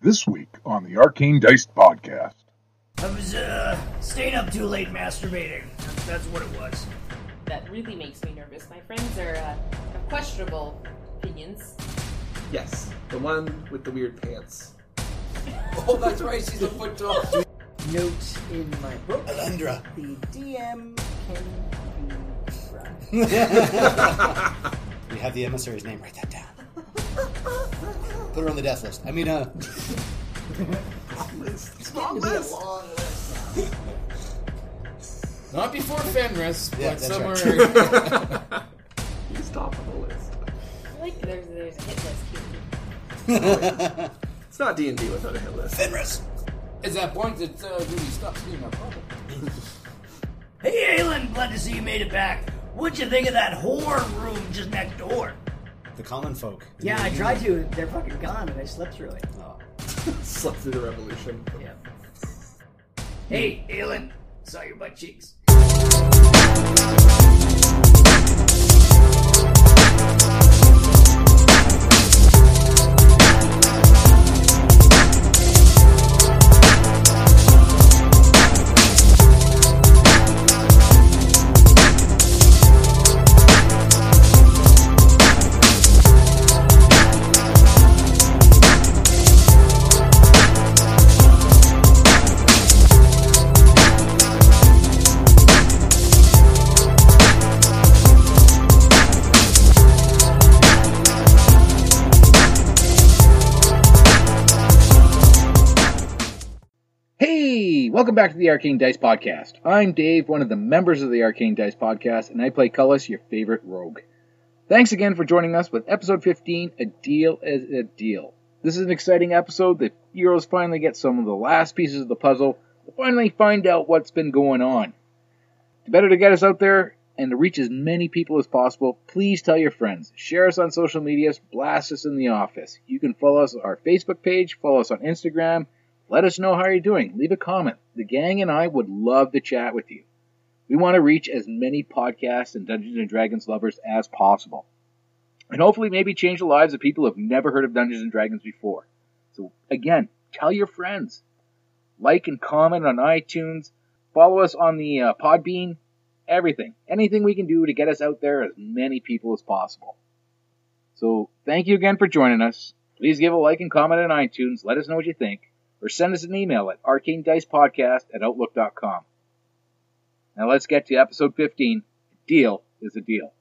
This week on the Arcane Dice Podcast. I was uh, staying up too late masturbating. That's, that's what it was. that really makes me nervous. My friends are uh, have questionable opinions. Yes, the one with the weird pants. Oh, that's right. She's a foot tall. note in my book. Alundra. The DM can be right. We have the emissary's name. Write that down. Put her on the death list. I mean, uh, Small list. Not before Fenris, Yeah, but that's somewhere. He's top of the list. I like there's there's a hit list here. It's not D and D without a hit list. Fenris. It's that point that uh, Rudy stops being my problem. Hey, Aylin, glad to see you made it back. What'd you think of that horror room just next door? The common folk. Yeah, I tried to. They're fucking gone, and I slept through it. Oh. Slept through the revolution. Yeah. Hey, Aylin, saw your butt cheeks. Hey, welcome back to the Arcane Dice Podcast. I'm Dave, one of the members of the Arcane Dice Podcast, and I play Cullis, your favorite rogue. Thanks again for joining us with episode 15 A Deal is a Deal. This is an exciting episode. The heroes finally get some of the last pieces of the puzzle to finally find out what's been going on. It's better to get us out there and to reach as many people as possible. Please tell your friends. Share us on social medias. Blast us in the office. You can follow us on our Facebook page, follow us on Instagram, let us know how you're doing. Leave a comment. The gang and I would love to chat with you. We want to reach as many podcasts and Dungeons and Dragons lovers as possible. And hopefully maybe change the lives of people who have never heard of Dungeons and Dragons before. So again, tell your friends. Like and comment on iTunes. Follow us on the uh, Podbean. Everything. Anything we can do to get us out there as many people as possible. So thank you again for joining us. Please give a like and comment on iTunes. Let us know what you think or send us an email at arcanedicepodcast at outlook.com. Now let's get to episode 15. Deal is a deal.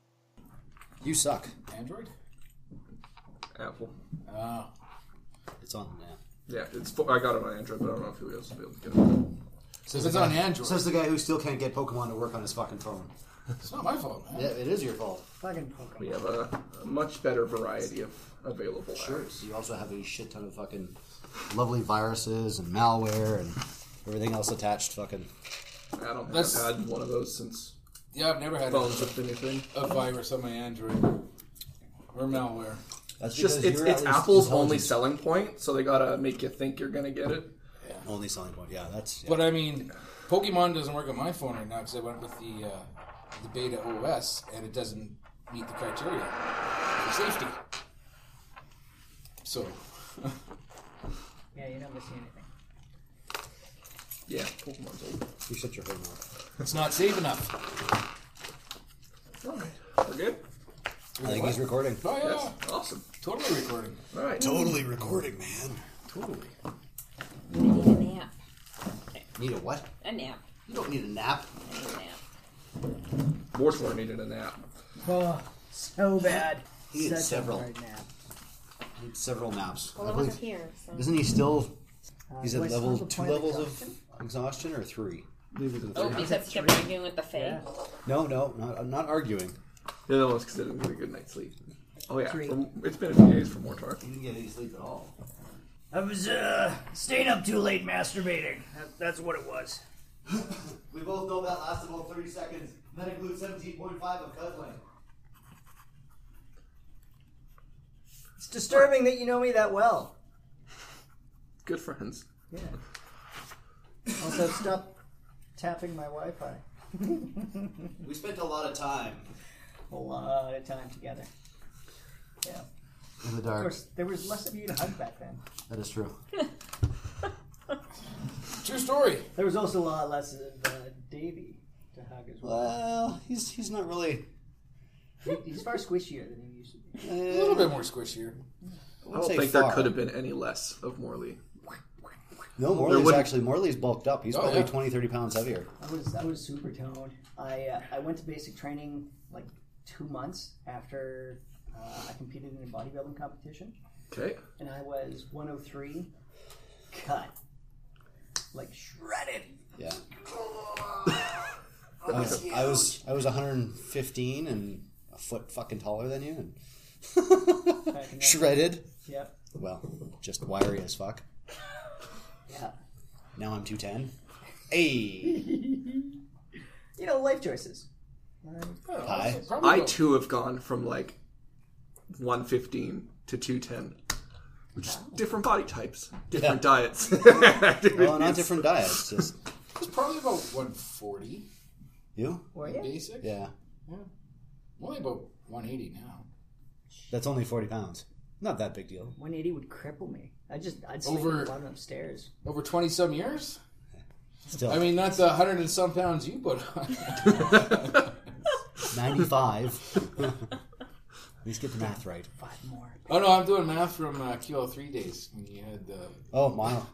You suck. Android? Apple. Oh. It's on now. Yeah, it's. For, I got it on Android, but I don't know if you'll be able to get it. Says If it's on Android. Says the guy who still can't get Pokemon to work on his fucking phone. It's not my fault, man. Yeah, it is your fault. Fucking Pokemon. We have a, a much better variety of available apps. You also have a shit ton of fucking lovely viruses and malware and everything else attached. Fucking. I don't think I've That's- had one of those since Yeah, I've never had a, phones with anything. a virus on my Android or malware. That's It's just because it's you're at it's least Apple's only intelligent. selling point, so they gotta make you think you're gonna get it. Only selling point. Yeah, that's. yeah. But I mean, Pokemon doesn't work on my phone right now because I went with the uh, the beta OS and it doesn't meet the criteria for safety. So, Yeah, you're not missing anything. Yeah, Pokemon's old. you shut your phone off. it's not safe enough. All right, we're good. I think he's recording. Oh, yeah. Yes, awesome. Totally recording. All right, Totally recording, man. totally. You need a nap. Need a what? A nap. You don't need a nap. I need a nap. Warthor needed a nap. Oh, so bad. He had Such several. a hard nap. Need several naps. Well, I I wasn't believe- here, so Isn't he still? Uh, He's do at I still level have a two point levels of exhaustion or three. oh, because he kept arguing with the Fae. Yeah. No, no, not, I'm not arguing. The other one was because I didn't get a good night's sleep. Oh yeah, Three. from- it's been a few days for Mortar. He didn't get any sleep at all. I was uh, staying up too late masturbating. That, that's what it was. We both know that lasted about 30 seconds. That includes 17.5 of cuddling. It's disturbing that you know me that well. Good friends. Yeah. Also, stop tapping my Wi-Fi. We spent a lot of time. A lot of time together. Yeah. in the Of dark. course, there was less of you to hug back then. That is true. True story. There was also a lot less of uh, Davy to hug as well. Well, he's he's not really. He- He's far squishier than he used to be. eh, A little bit more I I squishier. wouldn't don't say think there far. could have been any less of Morley. No, Morley's wouldn't- actually Morley's bulked up. He's Oh, probably yeah. twenty, thirty 20, 30 pounds heavier. I was I was super toned. I uh, I went to basic training like two months after uh, I competed in a bodybuilding competition, Okay. and I was 103, cut, like shredded. Yeah. I was, I was I was 115 and a foot fucking taller than you Back in and that- shredded. Yep. Well, just wiry as fuck. Yeah. Now I'm 210. Hey, You know, life choices. hi. Probably I about- too have gone from like 115 to 210. Just different body types, different Yeah. diets. Well, not different diets. Just It's probably about 140 you. Were you? basic. Yeah, I'm only about 180 now. that's only 40 pounds. Not that big deal. 180 would cripple me. I just I'd sleep Over- Over... bottom upstairs. Over 20 some years? Still, I mean, not the 100 and some pounds you put on. 95. At least get the math right. Five more. oh, no, I'm doing math from uh, QL3 days when you had the. Oh wow,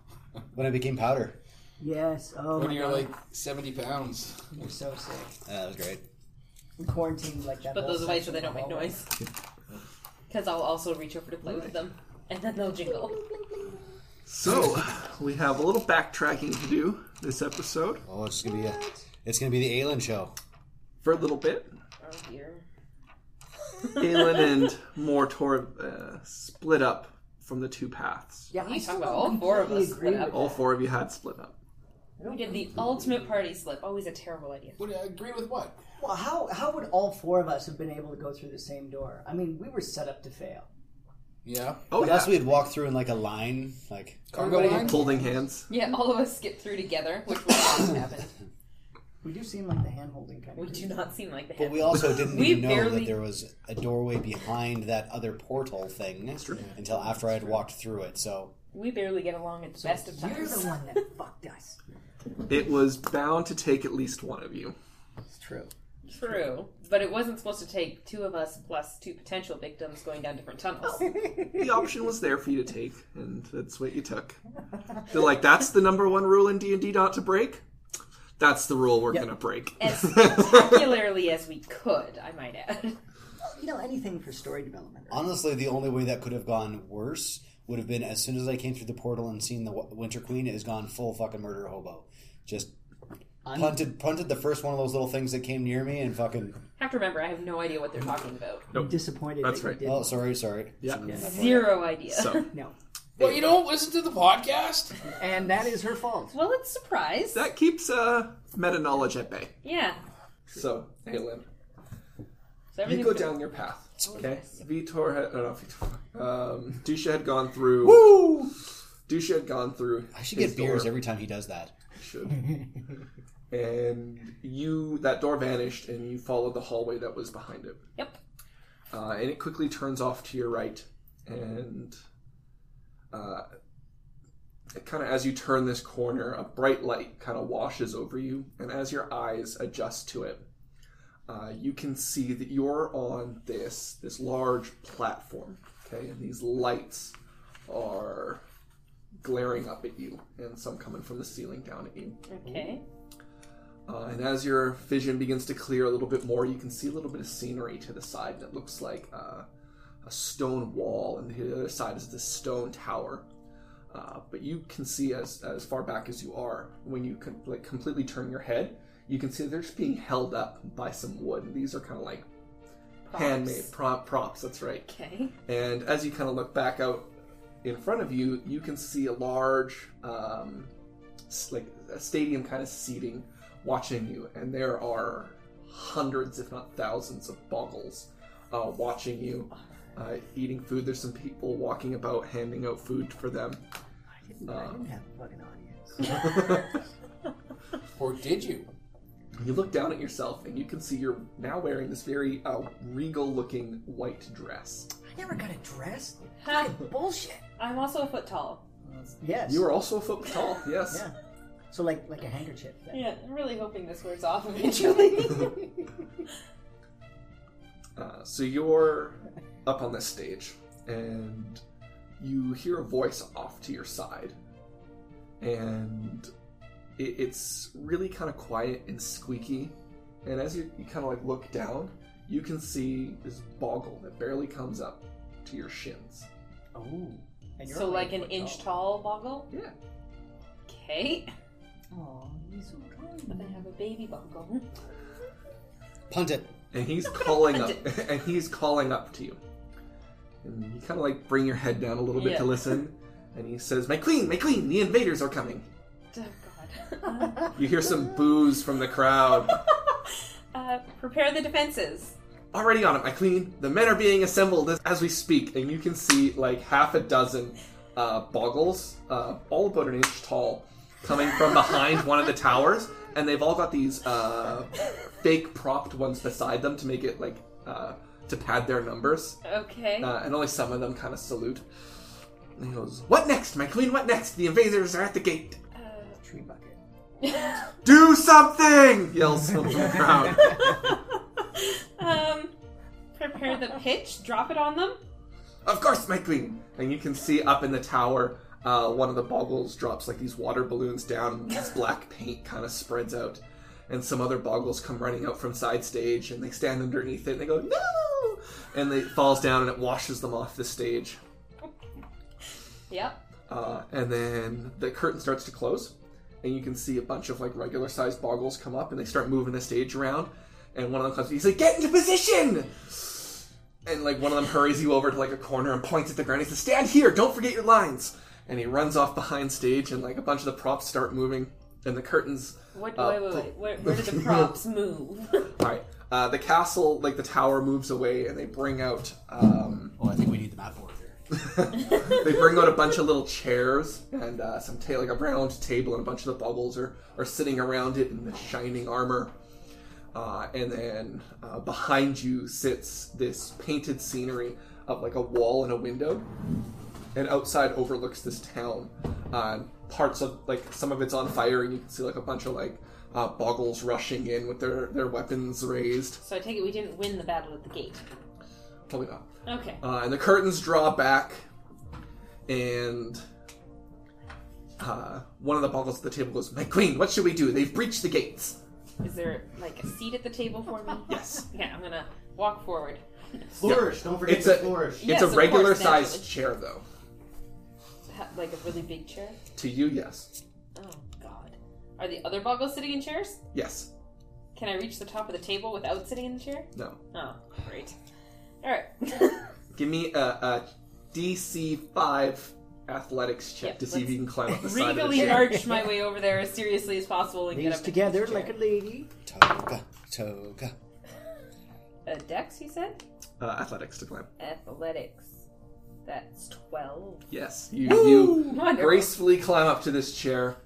when I became powder, Yes. Oh when my you're god. like 70 pounds. You're so sick. uh, that was great. We quarantined like that. Put whole those away so section they of don't the make hallway. noise. Because I'll also reach over to play with them, and then they'll jingle. so, we have a little backtracking to do this episode Oh, it's gonna be a, it's gonna be the Alien show. for a little bit. Oh dear. Galen and Mortor uh, split up from the two paths. Yeah, I You talk still about don't all four of completely us agree split up. All four of you had split up. We did the ultimate party slip. Always a terrible idea. Would I agree with what? Well, how how would all four of us have been able to go through the same door? I mean, we were set up to fail. Yeah. Oh, Unless yeah. we'd walk through in like a line, like Cargo line? Holding hands. Yeah, all of us skipped through together, which would not happen. We do seem like the hand holding kind We of. do not seem like the But happy. we also didn't We even know barely- that there was a doorway behind that other portal thing until after I had walked through it. So We barely get along at the best of You're times. the one that fucked us. It was bound to take at least one of you. It's true. True, but it wasn't supposed to take two of us plus two potential victims going down different tunnels. The option was there for you to take, and that's what you took. They're like, that's the number one rule in D and D not to break. That's the rule we're gonna break. As spectacularly as we could, I might add. You know anything for story development? right? honestly, the only way that could have gone worse would have been as soon as I came through the portal and seen the Wa- Winter Queen is gone full fucking murder hobo, just punted punted the first one of those little things that came near me and fucking. have to remember, I have no idea what they're talking about. I'm disappointed. That's that you right. didn't. Oh, sorry, sorry. Yeah. Zero idea. So No, Well, you don't listen to the podcast? and that is her fault. Well, it's surprise. that keeps uh, meta knowledge at bay. Yeah. So, Aelin, So you everything's go good. down your path. Okay. Vitor had, oh, no, Vitor. Um, Dusha had gone through. Dusha had gone through. I should his get beers door. every time he does that. should. and you, that door vanished, and you followed the hallway that was behind it. Yep. Uh, and it quickly turns off to your right, and uh, kind of as you turn this corner, a bright light kind of washes over you, and as your eyes adjust to it, uh, you can see that you're on this this large platform. Okay, and these lights are glaring up at you, and some coming from the ceiling down at you. Okay. Uh, and as your vision begins to clear a little bit more, you can see a little bit of scenery to the side that looks like uh, a stone wall, and the other side is this stone tower. Uh, but you can see as, as far back as you are, when you can, like completely turn your head, you can see they're just being held up by some wood. And these are kind of like handmade prop, props. That's right. Okay. And as you kind of look back out in front of you, you can see a large, um, s- like a stadium kind of seating watching you, and there are hundreds, if not thousands, of boggles uh, watching you, uh, eating food. There's some people walking about, handing out food for them. I didn't, I uh, didn't have a fucking audience. Or did you? You look down at yourself, and you can see you're now wearing this very uh, regal-looking white dress. I I never got it dressed. Fucking bullshit. I'm also a foot tall. Yes. You are also a foot tall. Yes. Yeah. So like like a handkerchief. Then. Yeah, I'm really hoping this wears off eventually. Uh, so you're up on this stage, and you hear a voice off to your side, and it, it's really kind of quiet and squeaky. And as you, you kind of like look down, you can see this boggle that barely comes up to your shins. Oh. And so, only a like an foot inch tall boggle? Yeah. Okay. Aw, he's so But kind. they have a baby boggle. Punt it. and he's calling up and he's calling up to you and you kind of like bring your head down a little bit Yeah. to listen and he says my queen my queen the invaders are coming Oh, God. Uh, you hear some boos from the crowd uh, prepare the defenses. already on it my queen the men are being assembled as, as we speak and you can see like half a dozen uh, boggles uh, all about an inch tall coming from behind one of the towers and they've all got these uh, fake propped ones beside them to make it like uh, to pad their numbers Okay. Uh, and only some of them kind of salute. And he goes, What next, my queen? What next? The invaders are at the gate. Tree bucket. Do something! Yells someone from the crowd. um, prepare the pitch, drop it on them. of course, my queen! And you can see up in the tower, uh, one of the boggles drops like these water balloons down, and this black paint kind of spreads out. And some other boggles come running out from side stage, and they stand underneath it, and they go, No! And they, it falls down, and it washes them off the stage. Yep. Uh, and then the curtain starts to close, and you can see a bunch of like regular sized boggles come up, and they start moving the stage around. And one of them comes, he's like, "Get into position!" And like one of them hurries you over to like a corner and points at the ground. He says, "Stand here! Don't forget your lines!" And he runs off behind stage, and like a bunch of the props start moving, and the curtains. What, Uh, wait, wait, wait. Where, where did the props move? All right, uh, the castle, like the tower, moves away, and they bring out. Um, Oh, I think we need the map board here. they bring out a bunch of little chairs and uh, some ta- like a round table, and a bunch of the boggles are, are sitting around it in the shining armor. Uh, and then uh, behind you sits this painted scenery of like a wall and a window, and outside overlooks this town. Uh, parts of like some of it's on fire, and you can see like a bunch of like uh, boggles rushing in with their their weapons raised. so I take it we didn't win the battle at the gate. Probably not. Okay. Uh, and the curtains draw back, and uh, one of the boggles at the table goes, My queen, what should we do? They've breached the gates. Is there like a seat at the table for me? Yes. Yeah, I'm gonna walk forward. Flourish. Don't forget It's to a- flourish. Yes, it's of a course, regular sized naturally. chair, though. Ha- Like a really big chair. To you, yes. Oh God. Are the other boggles sitting in chairs? Yes. Can I reach the top of the table without sitting in the chair? No. Oh, great. All right. Give me a, a DC 5 athletics check Yeah, to see if let's you can climb up the side of the Regally chair. arch my way over there as seriously as possible and get Knees up together into the like a lady. Toga. Toga. chair. Uh, Dex, you said. Uh, athletics to climb. Athletics. That's twelve. Yes. You, you Wonderful. gracefully climb up to this chair.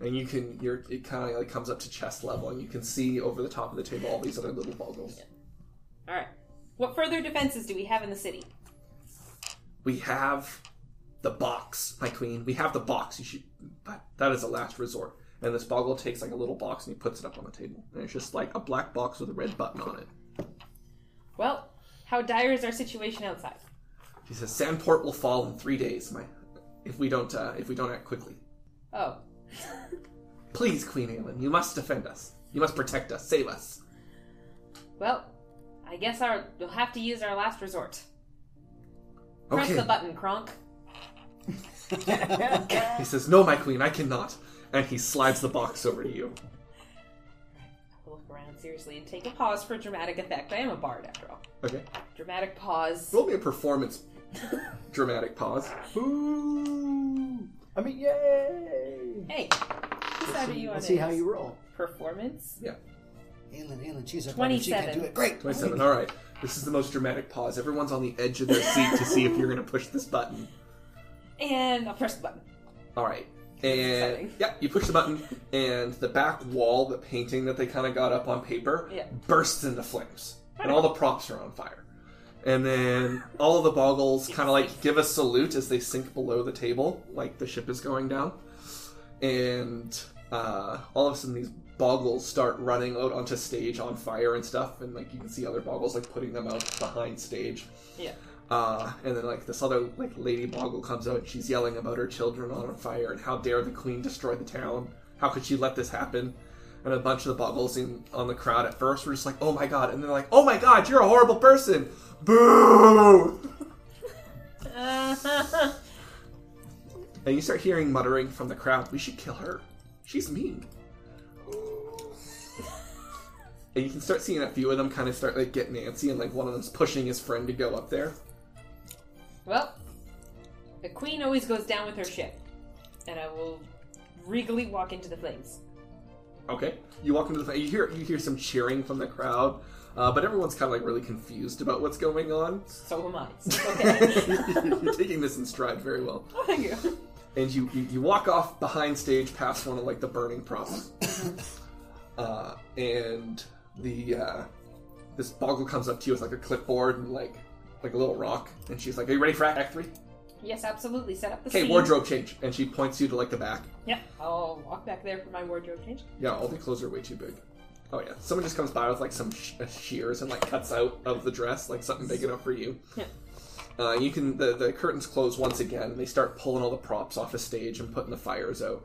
And you can, you're, it kind of like comes up to chest level, and you can see over the top of the table all these other little boggles. All right. What further defenses do we have in the city? we have the box, my queen. We have the box. You should, but that is a last resort. And this boggle takes like a little box and he puts it up on the table, and it's just like a black box with a red button on it. Well, how dire is our situation outside? He says, "Sandport will fall in three days, my, if we don't uh, if we don't act quickly. Oh, Please, Queen Aelin, you must defend us. You must protect us. Save us." well, I guess our we'll have to use our last resort. Press Okay. the button, Kronk. He says, "No, my queen, I cannot." And he slides the box over to you. I'll look around seriously and take a pause for dramatic effect. I am a bard after all. Okay. Dramatic pause. Oh. Roll me a performance. Dramatic pause. I mean, yay! Hey, whose side are you on? Let's see how it? you roll. performance. Yeah. Aelin, Aelin, she's a She 27. can do it. Great. 27. All right. This is the most dramatic pause. Everyone's on the edge of their seat to see if you're going to push this button. And I'll press the button. All right. Exciting. And yeah, you push the button, and the back wall, the painting that they kind of got up on paper, Yeah. bursts into flames, and all the props are on fire. And then all of the boggles kind of like give a salute as they sink below the table, like the ship is going down. And uh, all of a sudden, these boggles start running out onto stage on fire and stuff. And like you can see other boggles like putting them out behind stage. Yeah. Uh, and then like this other like lady boggle comes out and she's yelling about her children on fire and how dare the queen destroy the town? How could she let this happen? And a bunch of the boggles in on the crowd at first were just like, oh my god, and they're like, oh my god, you're a horrible person, boo! and you start hearing muttering from the crowd, we should kill her, she's mean. And you can start seeing a few of them kind of start like get antsy, and like one of them's pushing his friend to go up there. Well, the queen always goes down with her ship, and I will regally walk into the flames. Okay. You walk into the you hear you hear some cheering from the crowd, uh, but everyone's kind of like really confused about what's going on. So am I. Okay. You're taking this in stride very well, Oh, Thank you. and you you, you walk off behind stage past one of like the burning props, uh, and the uh, this boggle comes up to you with like a clipboard and like like a little rock, and she's like, "Are you ready for Act Three? Yes, absolutely. Set up the Okay, scene. wardrobe change." And she points you to like the back. Yeah, I'll walk back there for my wardrobe change. Yeah, all the clothes are way too big. Oh yeah, someone just comes by with like some sh- uh, shears and like cuts out of the dress like something big enough for you. Yeah. Uh, you can the, the curtains close once again. and They start pulling all the props off the stage and putting the fires out,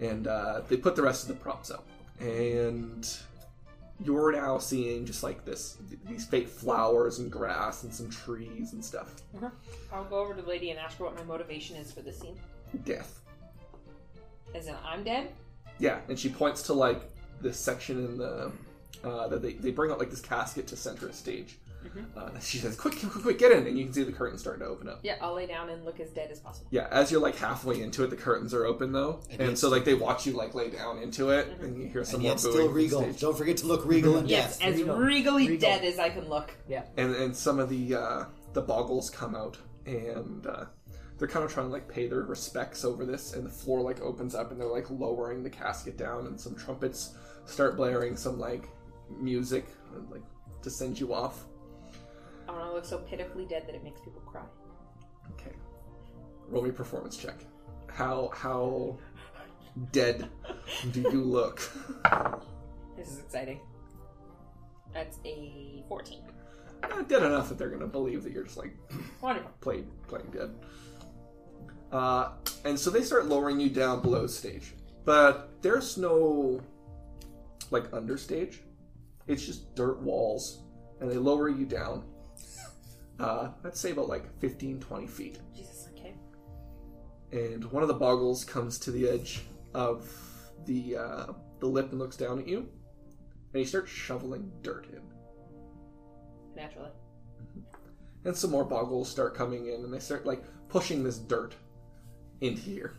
and uh, they put the rest of the props out. And you're now seeing just like this these fake flowers and grass and some trees and stuff. I'll go over to the lady and ask her what my motivation is for the scene. Death. As in, I'm dead? Yeah, and she points to like this section in the uh, that they, they bring out like this casket to center a stage. Uh, she says, "Quick, quick, quick, get in!" And you can see the curtains starting to open up. Yeah, I'll lay down and look as dead as possible. Yeah, as you're like halfway into it, the curtains are open though, and so like they watch you like lay down into it, and you hear some And more yet booing. still from regal. stage. Don't forget to look regal and Yes, death. as regal. regally Regal. dead as I can look. and and some of the uh, the boggles come out and uh, they're kind of trying to like pay their respects over this and the floor like opens up and they're like lowering the casket down and some trumpets start blaring some like music like to send you off I want to look so pitifully dead that it makes people cry. okay roll me a performance check how how dead do you look This is exciting. That's a 14. Not dead enough that they're gonna believe that you're just like Wonderful. played playing dead. Uh, and so they start lowering you down below stage, but there's no like understage. It's just dirt walls, and they lower you down. Uh, let's say about like 15, 20 feet. Jesus, okay. And one of the boggles comes to the edge of the uh, the lip and looks down at you, and he starts shoveling dirt in. Naturally. And some more boggles start coming in, and they start like pushing this dirt into here.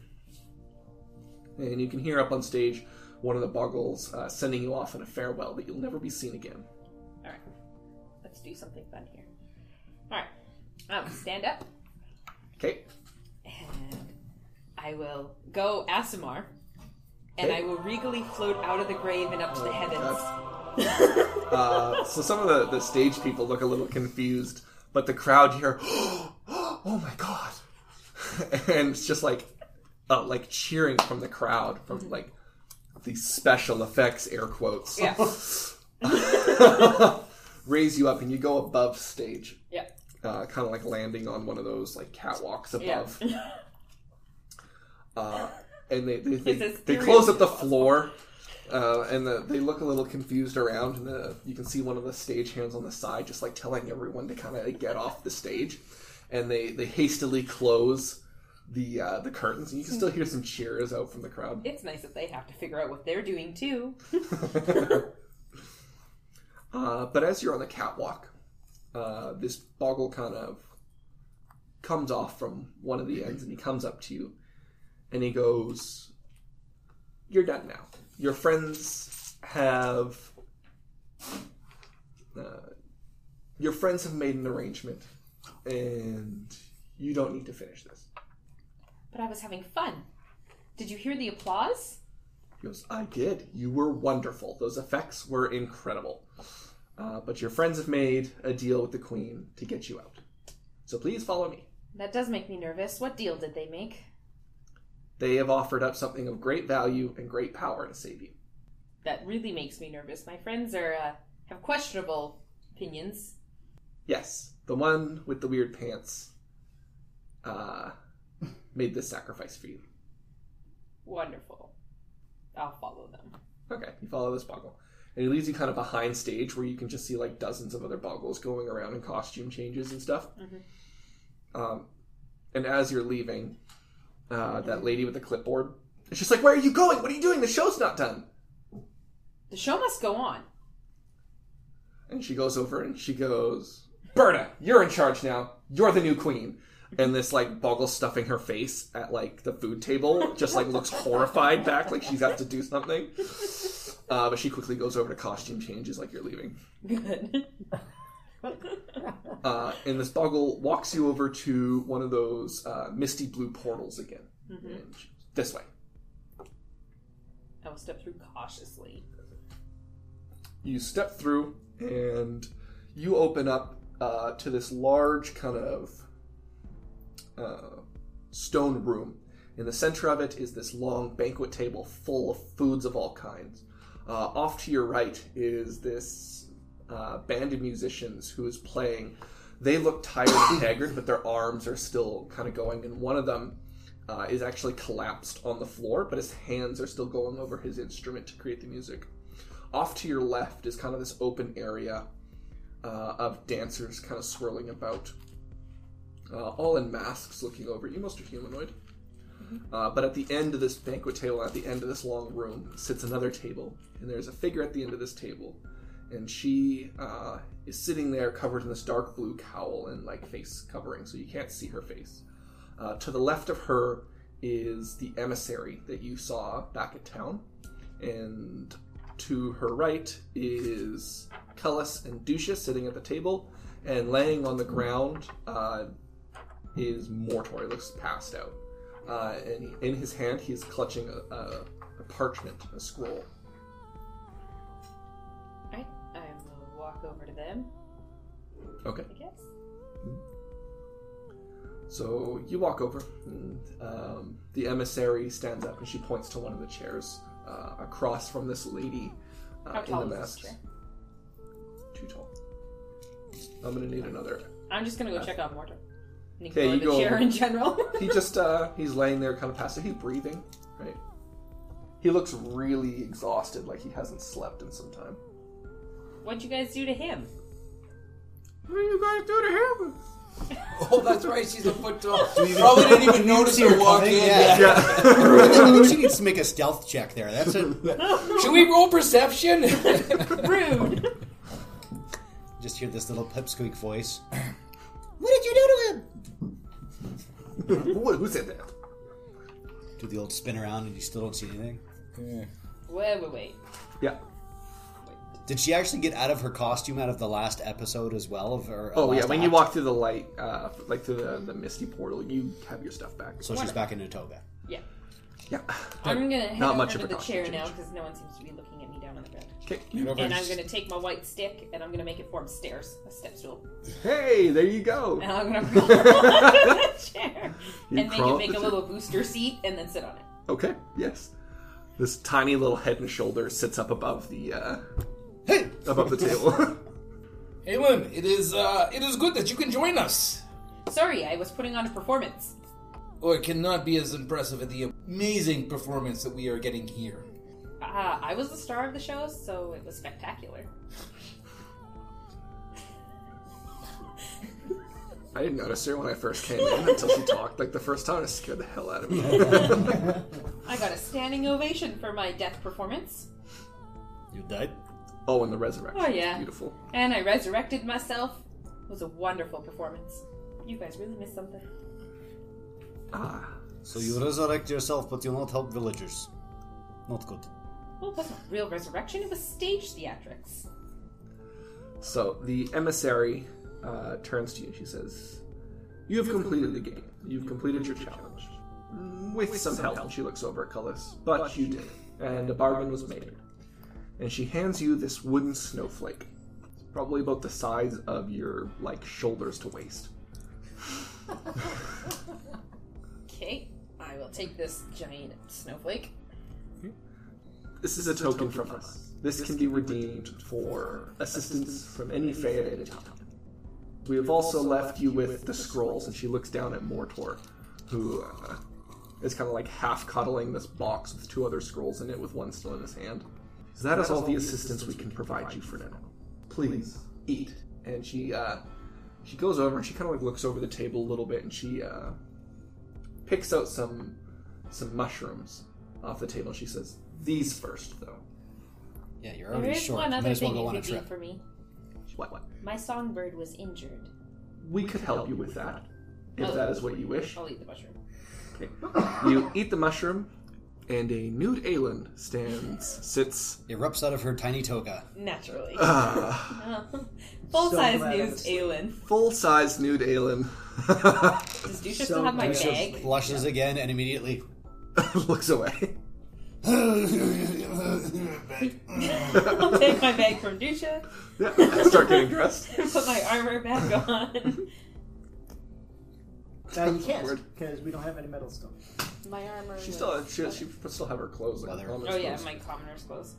And you can hear up on stage one of the boggles uh, sending you off in a farewell that you'll never be seen again. Alright. Let's do something fun here. Alright. Um, stand up. Okay, And I will go Asimar. And I will regally float out of the grave and up to the heavens. uh, so some of the, the stage people look a little confused, but the crowd here, oh my god, and it's just like uh, like cheering from the crowd from like these special effects air quotes. Yeah. raise you up and you go above stage. Yeah. Uh, kind of like landing on one of those like catwalks Yeah. above. Uh, and they they, they, It's a they close up the floor, uh, and the, they look a little confused around. And the, you can see one of the stage hands on the side just like telling everyone to kind of like, get off the stage, and they they hastily close the uh, the curtains. And you can still hear some cheers out from the crowd. it's nice that they have to figure out what they're doing too. Uh, but as you're on the catwalk, uh, this boggle kind of comes off from one of the ends and he comes up to you and he goes, You're done now. Your friends have. Uh, your friends have made an arrangement and you don't need to finish this. But I was having fun. Did you hear the applause? He goes, I did. You were wonderful. Those effects were incredible. Uh, but your friends have made a deal with the queen to get you out. So please follow me. That does make me nervous. What deal did they make? They have offered up something of great value and great power to save you. That really makes me nervous. My friends are uh, have questionable opinions. Yes, the one with the weird pants uh, made this sacrifice for you. Wonderful. I'll follow them. Okay, you follow this boggle. And he leads you kind of behind stage where you can just see like dozens of other boggles going around in costume changes and stuff. Um, and as you're leaving, uh, that lady with the clipboard is just like, Where are you going? What are you doing? The show's not done. The show must go on. And she goes over and she goes, Berta, you're in charge now. You're the new queen. And this like boggle stuffing her face at like the food table just like looks horrified back, like she's got to do something. Uh, but she quickly goes over to costume changes like you're leaving. Good. Uh, and this boggle walks you over to one of those uh, misty blue portals again. Mm-hmm. And she- this way. I will step through cautiously. you step through and you open up uh, to this large kind of uh, stone room. In the center of it is this long banquet table full of foods of all kinds. Uh, off to your right is this uh, band of musicians who is playing. They look tired and haggard, but their arms are still kind of going. And one of them uh, is actually collapsed on the floor, but his hands are still going over his instrument to create the music off to your left is kind of this open area uh, of dancers kind of swirling about, uh, all in masks looking over. You most are humanoid. Uh, but at the end of this banquet table, at the end of this long room, sits another table, and there's a figure at the end of this table, and she uh, is sitting there covered in this dark blue cowl and like face covering, so you can't see her face. Uh, to the left of her is the emissary that you saw back at town, and to her right is Cullis and Ducia sitting at the table, and laying on the ground uh, is Mortor. He looks passed out. Uh, and he- in his hand, he is clutching a, a, a parchment, a scroll. Right? I will walk over to them, Okay. I guess. So you walk over, and um, the emissary stands up and she points to one of the chairs uh, across from this lady How uh, in tall the is this mask. chair? Too tall. I'm gonna need another. I'm just gonna go check out Mortar. And Okay, ignore the you go chair over. in general. He just uh, he's laying there, kind of passive. He's breathing, right? He looks really exhausted, like he hasn't slept in some time. What'd you guys do to him? What are you guys do to him? Oh, that's right. She's a foot tall. Probably didn't even notice her walk in. Yeah. I think she needs to make a stealth check there. That's a, Should we roll perception? Rude! just hear this little pipsqueak voice. Who, who said that? Do the old spin around, and you still don't see anything. wait, wait, wait. Yeah. Did she actually get out of her costume out of the last episode as well? Of her, Oh last yeah. When you act? walk through the light, uh, like through the, the misty portal, you have your stuff back. so she's back in Natoga. Yeah. Yeah. I'm gonna head Not over much to of a the costume chair change. now because no one seems to be looking at me down on the ground. Okay. And I'm gonna take my white stick and I'm gonna make it form stairs, a step stool. Hey, there you go. And I'm gonna roll onto the chair You and make crawl it up make the a chair. little booster seat and then sit on it. Okay. Yes. This tiny little head and shoulder sits up above the uh, Hey, above the table. Aelin, it is uh, it is good that you can join us. Sorry, I was putting on a performance. Oh, it cannot be as impressive as the amazing performance that we are getting here. Uh, I was the star of the show, so it was spectacular. I didn't notice her when I first came in until she talked. Like the first time, it scared the hell out of me. I got a standing ovation for my death performance, you died. Oh, and the resurrection. Oh, yeah. Beautiful. and I resurrected myself. It was a wonderful performance. You guys really missed something. Ah. So you resurrect yourself, but you'll not help villagers. Not good. Well, it wasn't real resurrection, it was stage theatrics. So the emissary uh, turns to you and she says, You have completed the game. You've completed your challenge. With some help, she looks over at Cullis. But you did. And a bargain was made. And she hands you this wooden snowflake. probably about the size of your like shoulders to waist. Okay, I will take this giant snowflake. This is a token from us. This can be redeemed for assistance from any fan at any time. We have also left you with the scrolls, and she looks down at Mortor, who uh, is kind of like half cuddling this box with two other scrolls in it, with one still in his hand. So that is all the assistance we can provide you for now. Please eat. And she uh, she goes over and she kind of like looks over the table a little bit, and she uh, picks out some some mushrooms off the table. She says, "These first, though." Yeah, you're There already is short. one Might other as well thing go you on a could do trip. for me. What? What? My songbird was injured. We could help you with that, if that is what you wish. I'll eat the mushroom. Okay. You eat the mushroom, and a nude Aelin stands, sits. Erupts out of her tiny toga. Naturally. Uh, Full size glad I news, was- Aelin. Full size nude Aelin Does Dusha So still have glad my I was- bag? Blushes again and immediately. looks away. I'll take my bag from Dusha, Yeah, start getting dressed. put my armor back on. Now you can't Awkward. because we don't have any metal still. My armor. She still she, she would still have her clothes. Like, Leather. common Oh yeah, clothes. my commoner's clothes.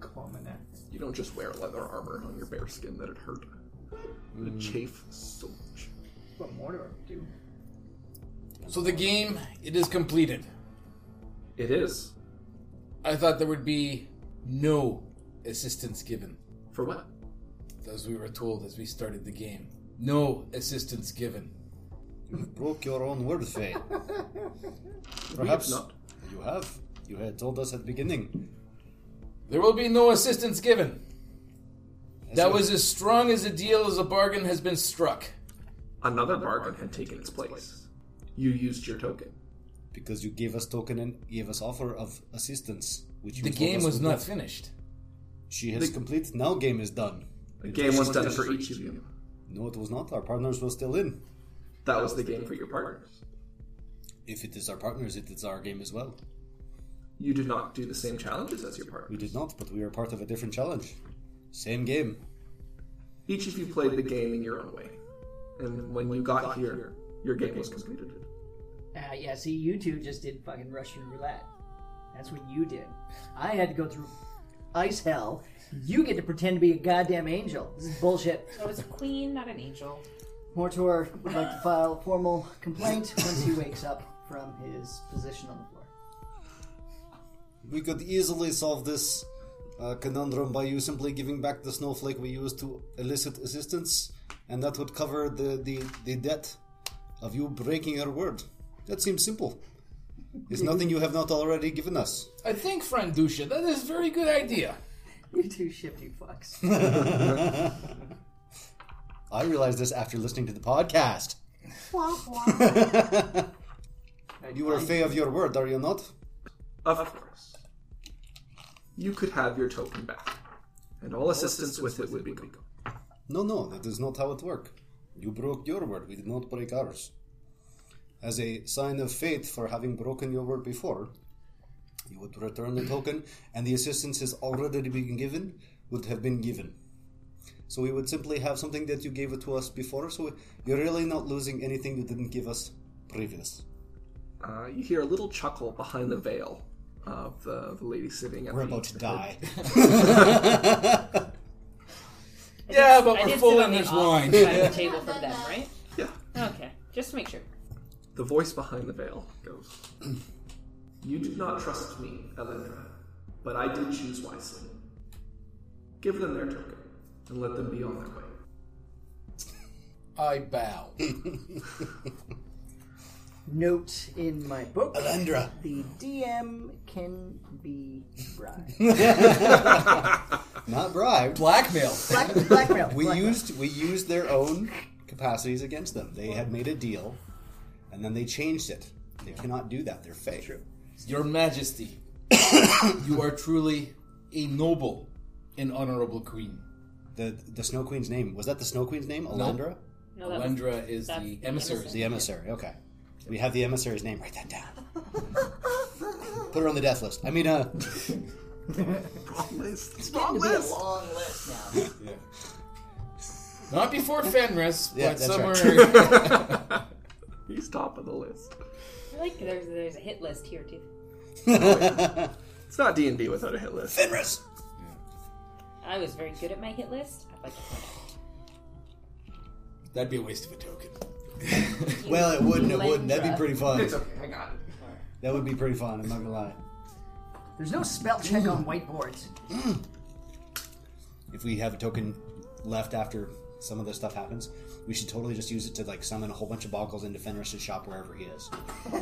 Common act. You don't just wear leather armor on your bare skin; that'd hurt. It Hmm. would chafe so much. What more do I do? So the game, it is completed. It is I thought there would be no assistance given, for what? as we were told as we started the game. No assistance given. Broke your own word, Faye. We have Perhaps not. you have. You had told us at the beginning. There will be no assistance given. That what- was as strong as a deal as a bargain has been struck. Another bargain had taken its place. You used your token. Because you gave us token and gave us offer of assistance, which you The told game us was would not finished. She has completed. Now game is done. The game was done for e- each of you. No, it was not. Our partners were still in. That was the game for your partners. If it is our partners, it is our game as well. You did not do the same challenges as your partner. We did not, but we are part of a different challenge. Same game. Each of you played the game in your own way. And when you got here, your game was completed. Uh, yeah, see, you two just did fucking Russian roulette. That's what you did. I had to go through ice hell. You get to pretend to be a goddamn angel. This is bullshit. I was a queen, not an angel. Mortor would like to file a formal complaint once he wakes up from his position on the floor. We could easily solve this uh, conundrum by you simply giving back the snowflake we used to elicit assistance, and that would cover the, the, the debt of you breaking your word. That seems simple. It's nothing you have not already given us. I think, friend Dusha, that is a very good idea. You two shifty fucks. I realized this after listening to the podcast. You are a fey of your word, are you not? Of course. You could have your token back. And all assistance with it would be gone. No, no, that is not how it works. You broke your word, we did not break ours. As a sign of faith for having broken your word before, you would return the token, and the assistance has already been given, would have been given. So we would simply have something that you gave it to us before, so you're really not losing anything you didn't give us previous. Uh, you hear a little chuckle behind the veil of the, the lady sitting at We're the about to die. Yeah, but I we're did full sit in on the this opposite wine. side of the table from them, right? Yeah. Okay, just to make sure. The voice behind the veil goes You did not trust me, Elendra, but I did choose wisely. Give them their token and let them be on their way. I bow. Note in my book Alendra! the DM can be bribed. Not bribed. Blackmail. Black, blackmail. We blackmail. used we used their own capacities against them. They had made a deal, and then they changed it. They cannot do that. They're fake. Your Majesty, you are truly a noble and honorable queen. The the Snow Queen's name was that the Snow Queen's name, Alondra, No, Oh, that was- Alendra is that's the the emissary. the emissary. Okay, we have the emissary's name. Write that down. Put her on the death list. I mean, uh, Wrong list. It's It's wrong gonna be a list. long list now. Not before Fenris, Yeah, but that's right. somewhere. He's top of the list. I feel like there's, there's a hit list here, too. It's not D and D without a hit list. Fenris. I was very good at my hit list. I'd like to point out. That'd be a waste of a token. Well, it wouldn't. It wouldn't. That'd be Lendra. pretty fun. It's okay. I got it. That would be pretty fun. I'm not gonna lie. There's no spell check on whiteboards. If we have a token left after some of this stuff happens, we should totally just use it to like summon a whole bunch of boggles into Fenris's shop wherever he is. I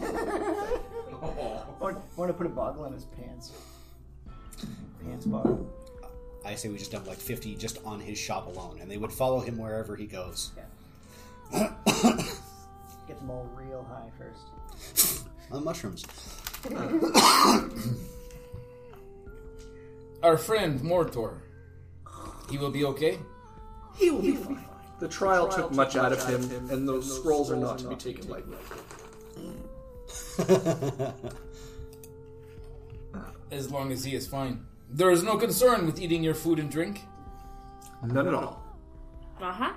want to put a boggle on his pants. Pants boggle. I say we just dump like 50 just on his shop alone, and they would follow him wherever he goes. Get them all real high first. On Uh, mushrooms. Our friend Mortor. He will be okay. He will be fine. The trial, took, much out of him, and those, scrolls, are not to be taken lightly. As long as he is fine. There is no concern with eating your food and drink. None at all. Uh huh.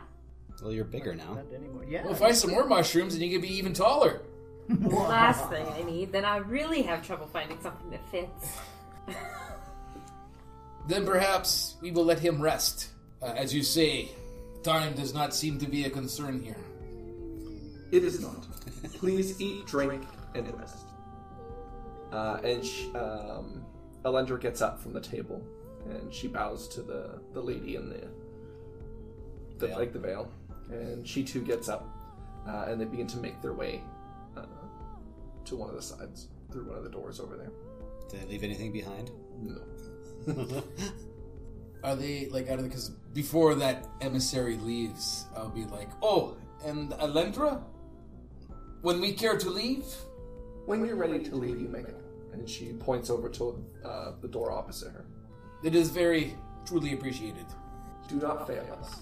Well, you're bigger now. Not anymore. Yeah. Well, if I some more mushrooms, then you could be even taller. Last thing I need, then I really have trouble finding something that fits. Then perhaps we will let him rest. Uh, as you say, time does not seem to be a concern here. It is not. Please eat, drink, and rest. Uh, and she, um, Elendra gets up from the table, and she bows to the, the lady in the, the Veil. like the veil, and she too gets up, uh, and they begin to make their way uh, to one of the sides through one of the doors over there. Did I leave anything behind? No. Are they like out of the? Because before that emissary leaves, I'll be like, oh, and Alendra. When we care to leave, When you're ready to leave, you make it. And she points over to uh, the door opposite her. it is very truly appreciated. Do not fail us.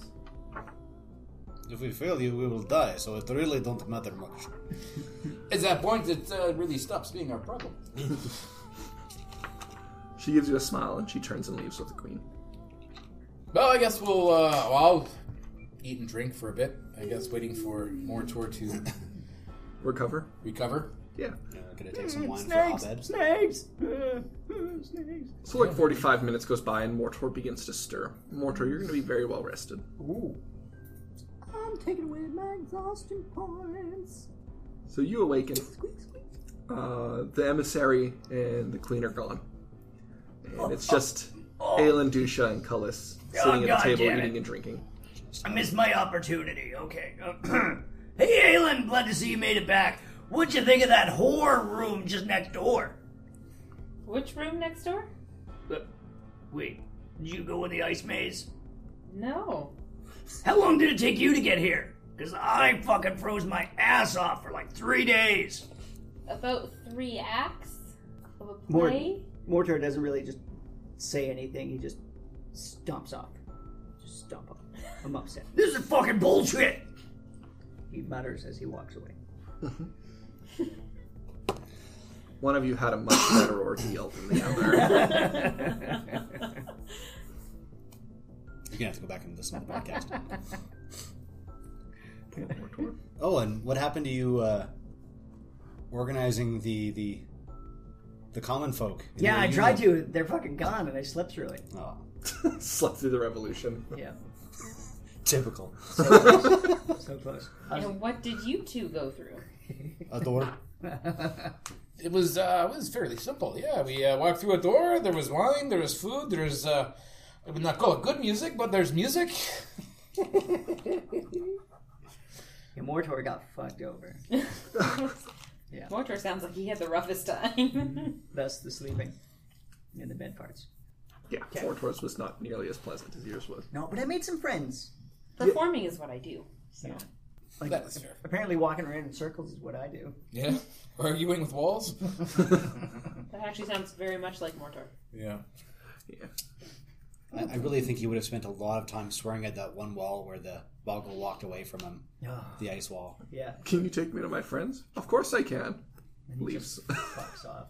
If we fail you, we will die, so it really don't matter much. At that point, it uh, really stops being our problem. She gives you a smile, and she turns and leaves with the queen. Well, I guess we'll uh, well, I'll eat and drink for a bit. I guess waiting for Mortor to Recover? recover. Yeah. Uh, gonna take some wine Mm, Snakes! for Abed. Snakes! Uh, uh, snakes! So, like 45 minutes goes by, and Mortor begins to stir. Mortor, you're going to be very well rested. Ooh. I'm taking away my exhaustion points. So, you awaken. Squeak, squeak. Uh, the emissary and the queen are gone. Oh, And it's just Aelin, Dusha, and Cullis sitting at God the table damn it. eating and drinking. I missed my opportunity. Okay. hey, Aelin, glad to see you made it back. What'd you think of that whore room just next door? Which room next door? Uh, wait, did you go in the ice maze? No. How long did it take you to get here? Because I fucking froze my ass off for like three days. About three acts of a play. More- Mortar doesn't really just say anything. He just stomps off. Just stomp off. I'm upset. This is fucking bullshit. He mutters as he walks away. One of you had a much better ordeal than the other. You're gonna have to go back and listen to the podcast. Poor Mortor. Oh, and what happened to you uh, organizing the the the common folk? in Yeah, the I tried union? to. They're fucking gone, and I slept through it. Oh, Slept through the revolution. Yeah, typical. so close. And what did you two go through? A door. It was uh, it was fairly simple. Yeah, we uh, walked through a door. There was wine. There was food. There's uh, I would not call it good music, but there's music. Yeah, Mortor got fucked over. Mortar sounds like he had the roughest time. Thus, the sleeping and the bed parts. Yeah, Mortor's was not nearly as pleasant as yours was. No, but I made some friends. Performing is what I do. Yeah. Like, That is fair. apparently, walking around in circles is what I do. Yeah, arguing with walls. That actually sounds very much like Mortar. Yeah, Yeah. I, I really think he would have spent a lot of time swearing at that one wall where the boggle walked away from him, Ah. the ice wall. Yeah. Can you take me to my friends? Of course I can. And he Leaves. just fucks off.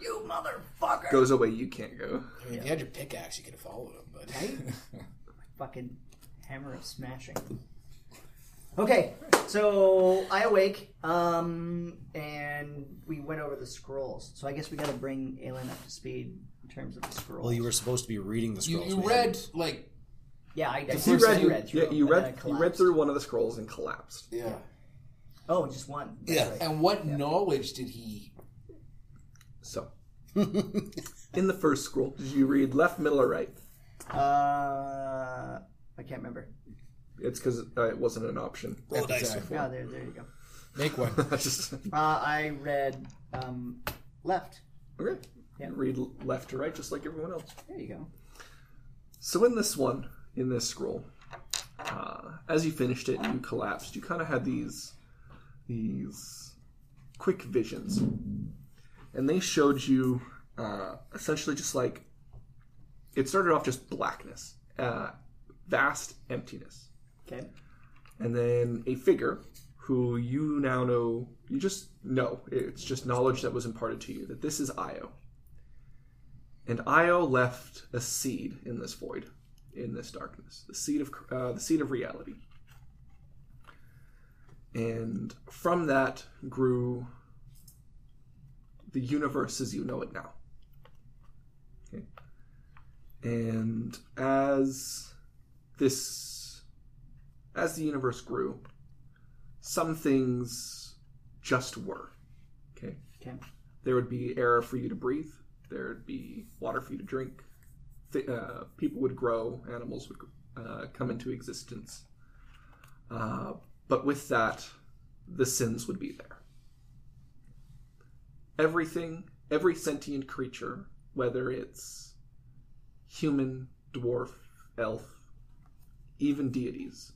You motherfucker! Goes away. You can't go. I mean, if you had your pickaxe, you could have followed him, but Fucking hammer of smashing. Okay, so I awake, um, and we went over the scrolls. So I guess we got to bring Aelin up to speed in terms of the scrolls. Well, you were supposed to be reading the you, scrolls. you man. read like yeah, I, I You first read, I read through. yeah, them, you and then read, I you read collapsed. through one of the scrolls and collapsed. yeah. Oh, just one. That's right. And what knowledge did he? So, in the first scroll, did you read left, middle, or right? Uh, I can't remember. It's because uh, it wasn't an option. Roll dice. Yeah, there, there you go. Make one. Just- Uh, I read um, left. okay. Yeah. Read left to right, just like everyone else. There you go. So in this one, in this scroll, uh, as you finished it, you collapsed. You kind of had these these quick visions, and they showed you uh, essentially just like it started off just blackness, uh, vast emptiness, Okay. and then a figure who you now know you just know it's just knowledge that was imparted to you that this is Io. And Io left a seed in this void, in this darkness, the seed of uh, the seed of reality. And from that grew the universe as you know it now. Okay. And as this as the universe grew, some things just were. Okay. Okay. There would be air for you to breathe. There would be water for you to drink. Th- uh, people would grow. Animals would uh, come into existence. Uh, but with that, the sins would be there. Everything, every sentient creature, whether it's human, dwarf, elf, even deities,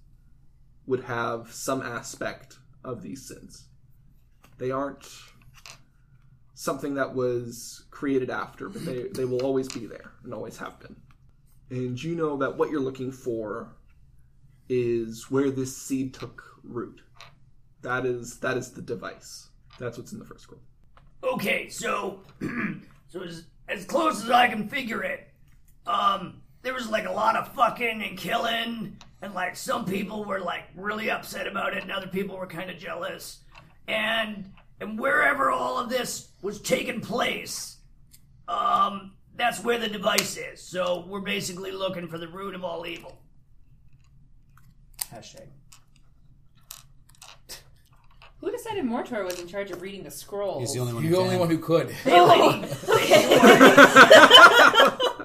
would have some aspect of these sins. They aren't something that was created after, but they, they will always be there and always have been. And you know that what you're looking for is where this seed took root. That is that is the device. That's what's in the first scroll. Okay, so so as, as close as I can figure it, um, there was like a lot of fucking and killing, and like some people were like really upset about it, and other people were kind of jealous, and and wherever all of this was taking place, um, that's where the device is. So we're basically looking for the root of all evil. Hashtag. Who decided Mortor was in charge of reading the scrolls? Oh. He's the only one. You're the only can. one who could. Hey, lady,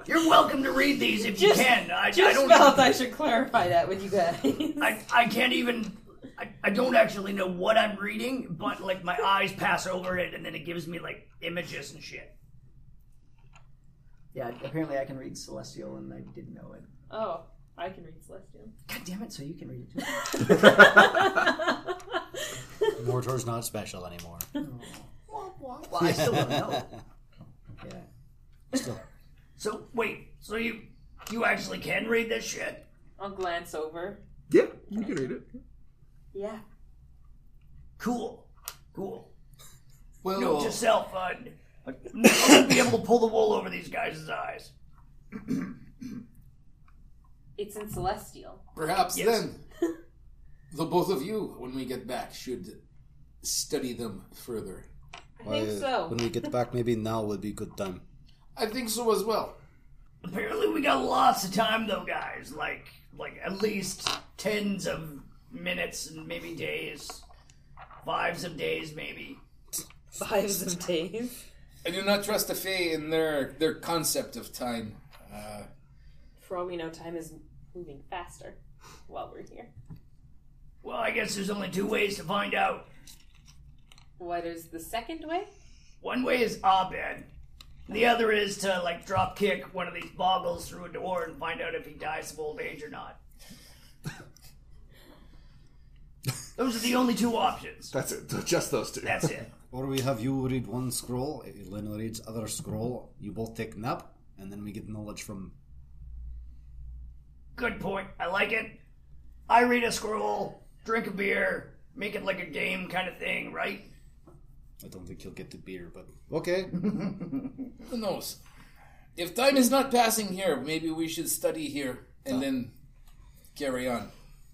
you're welcome to read these if Just- you can. I, I Just don't felt I should clarify that with you guys. I, I can't even I, I don't actually know what I'm reading, but like my eyes pass over it and then it gives me like images and shit. Yeah, apparently I can read Celestial, and I didn't know it. oh, I can read Celestial. God damn it! So you can read it too. Mortor's not special anymore. Well, I still don't know. Yeah. So wait, so you you actually can read this shit? I'll glance over. Yeah, you can read it. Yeah. Cool, cool. Well, Note to self, uh, not be able to pull the wool over these guys' eyes. It's in Celestial. perhaps Yes. then the both of you, when we get back, should study them further. I think Why, so. When we get back, maybe now would be good time. I think so as well. Apparently, we got lots of time though, guys. Like like at least tens of minutes and maybe days, fives of days maybe. Fives of days. I do not trust the Fae in their their concept of time. Uh, For all we know, time is moving faster while we're here. Well, I guess there's only two ways to find out. What is the second way? One way is Abed. The other is to like drop kick one of these boggles through a door and find out if he dies of old age or not. Those are the only two options. That's it. Just those two. That's it. Or we have you read one scroll, Lynn reads other scroll, you both take nap, and then we get knowledge from. Good point. I like it. I read a scroll, drink a beer, make it like a game kind of thing, right? I don't think he'll get the beer, but okay. Who knows? If time is not passing here, maybe we should study here and then carry on.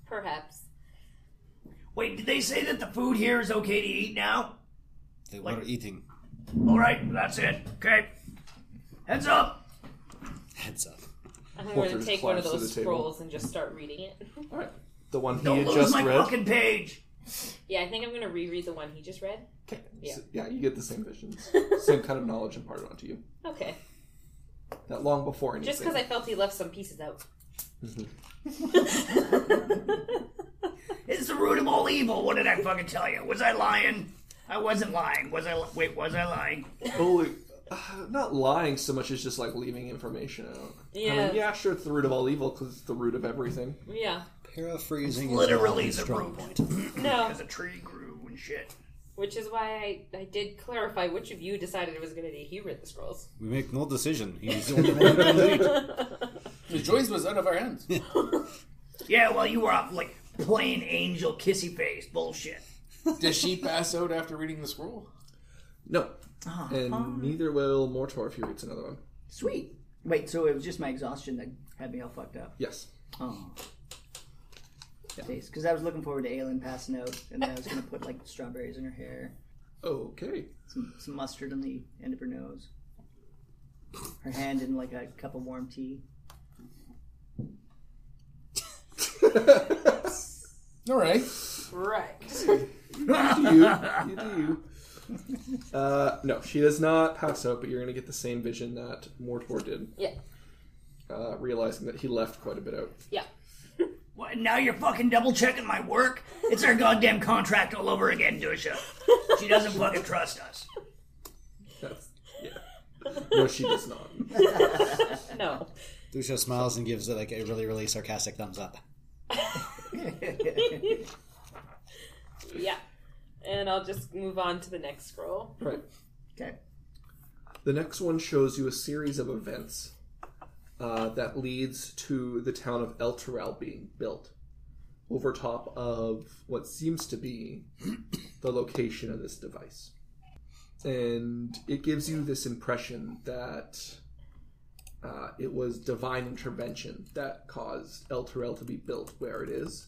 Perhaps. Wait, did they say that the food here is okay to eat now? They were eating. All right, that's it. Okay. Heads up. Heads up. I think we're Walter gonna just take one of climbs to those the table. scrolls and just start reading it. All right. The one he Don't had lose just my read. fucking page. yeah, I think I'm gonna reread the one he just read. Okay. Yeah. So- yeah, you get the same visions, same kind of knowledge imparted onto you. Okay. That long before anything. Just because I felt he left some pieces out. It's the root of all evil. What did I fucking tell you? Was I lying? I wasn't lying. Was I? Li- Wait, was I lying? Holy, uh, not lying so much as just like leaving information out. I Yeah. mean, yeah, sure, it's the root of all evil because it's the root of everything. Yeah. Paraphrasing Literally is the a strong root. point. No. Because a tree grew and shit. Which is why I, I did clarify which of you decided it was gonna be he read the scrolls. We make no decision. He's the only one who can lead. The choice was out of our hands. Yeah, well, you were off like plain angel kissy face bullshit. Does she pass out after reading the scroll? No, and neither will Mortor if he reads another one. Sweet. Wait, so it was just my exhaustion that had me all fucked up. Yes. Oh. Because I was looking forward to Aelin passing out, and then I was going to put like strawberries in her hair, Okay. some, some mustard on the end of her nose, her hand in like a cup of warm tea. All right. Right. Do you? you do. you. Uh, no, she does not pass out, but you're gonna get the same vision that Mortor did, Yeah. uh, realizing that he left quite a bit out. Yeah. What, now you're fucking double checking my work? It's our goddamn contract all over again, Dusha. She doesn't fucking trust us. That's yeah. No, she does not. No. Dusha smiles and gives it like a really, really sarcastic thumbs up. Yeah. And I'll just move on to the next scroll. Right. Okay. The next one shows you a series of events uh, that leads to the town of El Terral being built over top of what seems to be the location of this device. And it gives you this impression that uh, it was divine intervention that caused El Terral to be built where it is,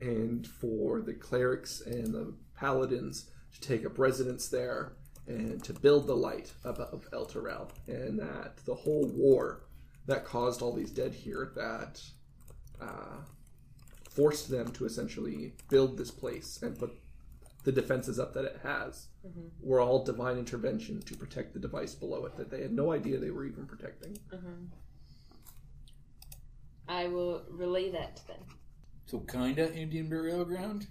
and for the clerics and the paladins to take up residence there and to build the light above El Terrell, and that the whole war that caused all these dead here that uh, forced them to essentially build this place and put the defenses up that it has were all divine intervention to protect the device below it that they had no idea they were even protecting. I will relay that to them. So kinda Indian burial ground.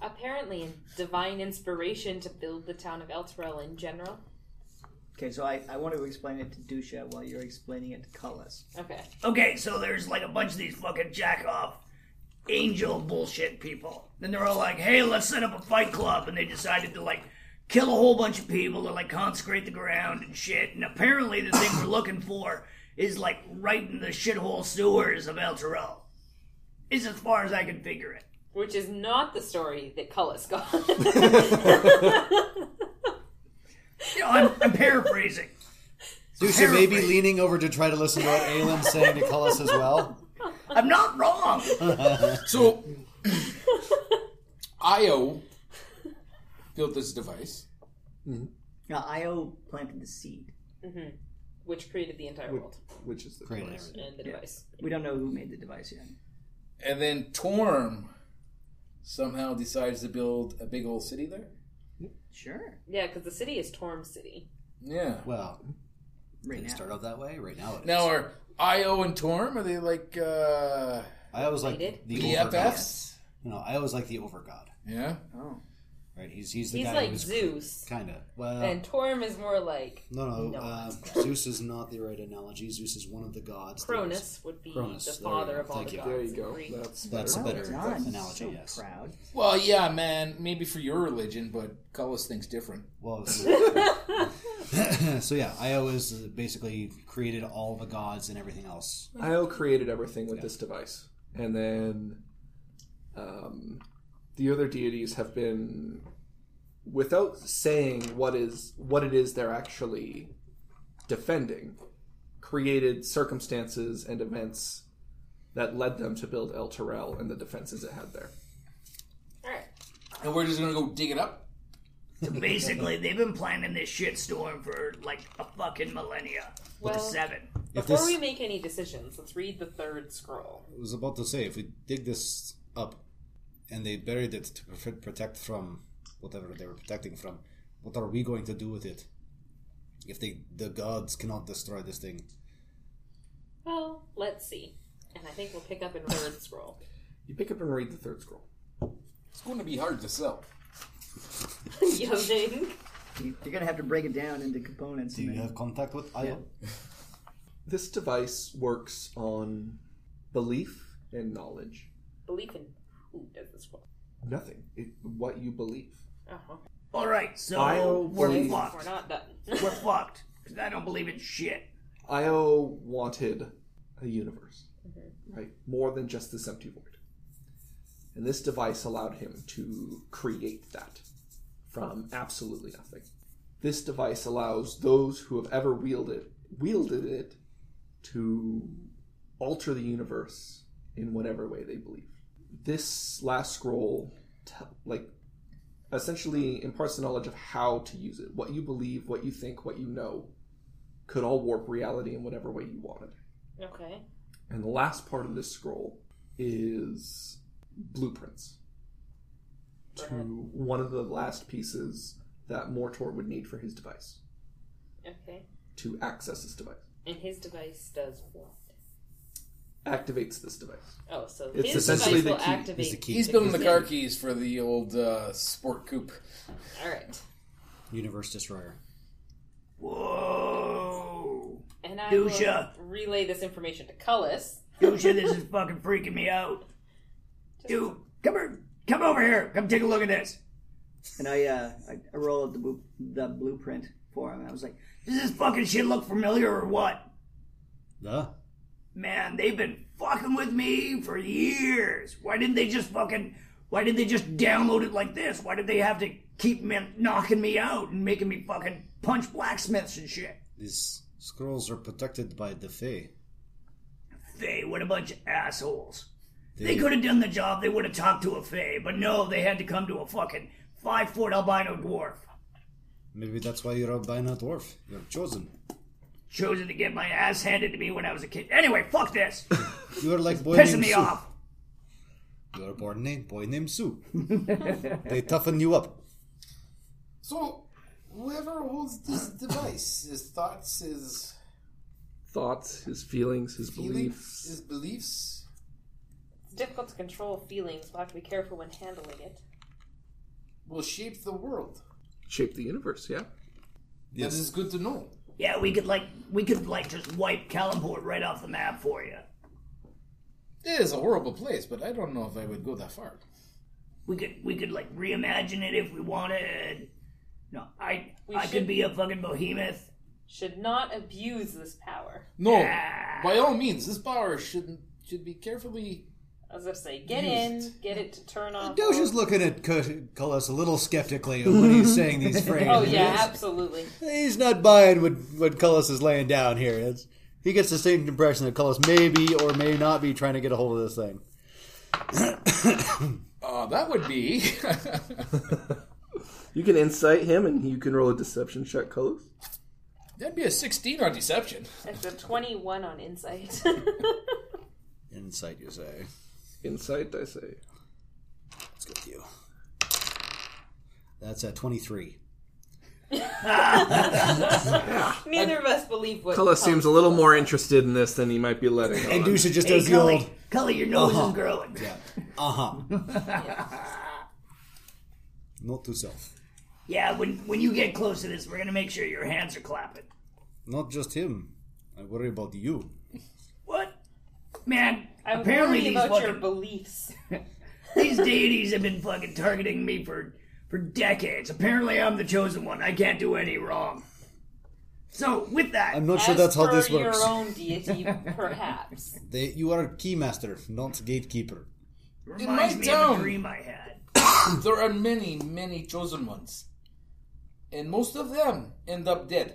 Apparently, divine inspiration to build the town of Elturel in general. Okay, so I, I want to explain it to Dusha while you're explaining it to Cullis. Okay. Okay, so there's like a bunch of these fucking jack off angel bullshit people. Then they're all like, hey, let's set up a fight club. And they decided to like kill a whole bunch of people and like consecrate the ground and shit. And apparently the thing we're looking for is like right in the shithole sewers of El Terrell. Is as far as I can figure it. Which is not the story that Cullis got. You know, I'm, I'm paraphrasing. Dusha may be leaning over to try to listen to what Aelin's saying to call us as well. I'm not wrong. So Io built this device. Now, Io planted the seed. Which created the entire world Which is the Great device. Aelin. and the device. We don't know who made the device yet. And then Torm somehow decides to build a big old city there. Sure. Yeah, because the city is Torm City. Yeah. Well, Right did it now. start out that way? Right now it is. Now are Io and Torm are they like uh I always like Related? the overgod. BFFs? No, I always like the overgod. Yeah. Oh. Right? He's he's the He's guy like who's Zeus. kind of well. And Torm is more like no, no. No, uh, it's Zeus is not the right analogy. Zeus is one of the gods. that is- Cronus would be Cronus, the there you father go. of all Thank the you. gods. There you in go. Greek. That's That's better. a better Done. analogy. so yes. proud. Well, yeah, man. Maybe for your religion, but Cullis thinks different. Well, so, so yeah, Io is basically created all the gods and everything else. IO created everything with this device, and then um, the other deities have been without saying what is what it is they're actually defending, created circumstances and events that led them to build El Terrell and the defenses it had there. All right. And we're just gonna go dig it up. So basically, they've been planning this shitstorm for like a fucking millennia. Well, Seven. If before this- we make any decisions, let's read the third scroll. I was about to say, if we dig this up and they buried it to prof- protect from whatever they were protecting from, what are we going to do with it? If they, the gods cannot destroy this thing, Well, let's see. And I think we'll pick up in third scroll. You pick up and read the third scroll. It's going to be hard to sell. Yo, Jaden. You- You're gonna have to break it down into components. do and you then- have contact with Io? This device works on belief and knowledge. Belief in who does this scroll? Nothing. It, what you believe. Oh, okay. All right, so I'll we're believe- We're fucked. not done. We're fucked. 'Cause I don't believe in shit. Io wanted a universe, right? More than just this empty void. And this device allowed him to create that from absolutely nothing. This device allows those who have ever wielded wielded it to alter the universe in whatever way they believe. This last scroll, te- like, essentially imparts the knowledge of how to use it. What you believe, what you think, what you know, could all warp reality in whatever way you wanted. okay. And the last part of this scroll is blueprints to one of the last pieces that Mortor would need for his device Okay. to access this device. And his device does what? Activates this device. Oh, so It's his essentially device the will key. activate. Is the key He's building the car keys for the old uh, sport coupe. All right. universe destroyer? Whoa. And I Dusha. will relay this information to Cullis. Dusha, this is fucking freaking me out. Dude, come here. Come over here. Come take a look at this. And I, uh, I I roll up the, bu- the blueprint for him. And I was like, Does this fucking shit look familiar or what? Duh. Man, they've been fucking with me for years. Why didn't they just fucking. Why did they just download it like this? Why did they have to keep me, knocking me out and making me fucking punch blacksmiths and shit? These scrolls are protected by the Fae. Faye, what a bunch of assholes. They could have done the job, they would have talked to a Faye, but no, they had to come to a fucking five foot albino dwarf. Maybe that's why you're a albino dwarf. You're chosen. Chosen to get my ass handed to me when I was a kid. Anyway, fuck this. You're like boy Pissing named me Sue. off. You're a born name boy named Sue. they toughen you up. So, whoever holds this device, his thoughts, his Thoughts, his feelings, his feelings, beliefs. his beliefs. It's difficult to control feelings. We'll have to be careful when handling it. will shape the world. Shape the universe, yeah? That is good to know. Yeah, we could like we could like just wipe Kalimport right off the map for you. It is a horrible place, but I don't know if I would go that far. We could we could like reimagine it if we wanted. No, I We I should- could be a fucking behemoth. Should not abuse this power. No, by all means, this power shouldn't should be carefully. I was gonna say, get Used. in, get it to turn off. Doge is looking at Cullis a little skeptically when he's saying these phrases. Oh yeah, absolutely. He's not buying what, what Cullis is laying down here. It's, he gets the same impression that Cullis may be or may not be trying to get a hold of this thing. Uh, that would be. You can incite him and you can roll a deception check, Colors. That'd be a 16 on deception. It's a twenty-one on insight. Insight, you say. Insight, I say. Let's go with you. That's at 23. Neither of us believe what. Color seems a little more interested in this than he might be letting And on. Dusha just Hey, does the Cully, old, Cully, your nose is growing. Yeah. uh huh. Note to self. when when you get close to this, we're gonna make sure your hands are clapping. Not just him. I worry about you. What? Man, I'm apparently worried these about your fucking, beliefs. these deities have been fucking targeting me for for decades. Apparently, I'm the chosen one. I can't do any wrong. So with that, I'm not sure As that's how per this works. Your own deity, perhaps. They, you are keymaster, not gatekeeper. reminds my me of town. a dream I had. There are many, many chosen ones. and most of them end up dead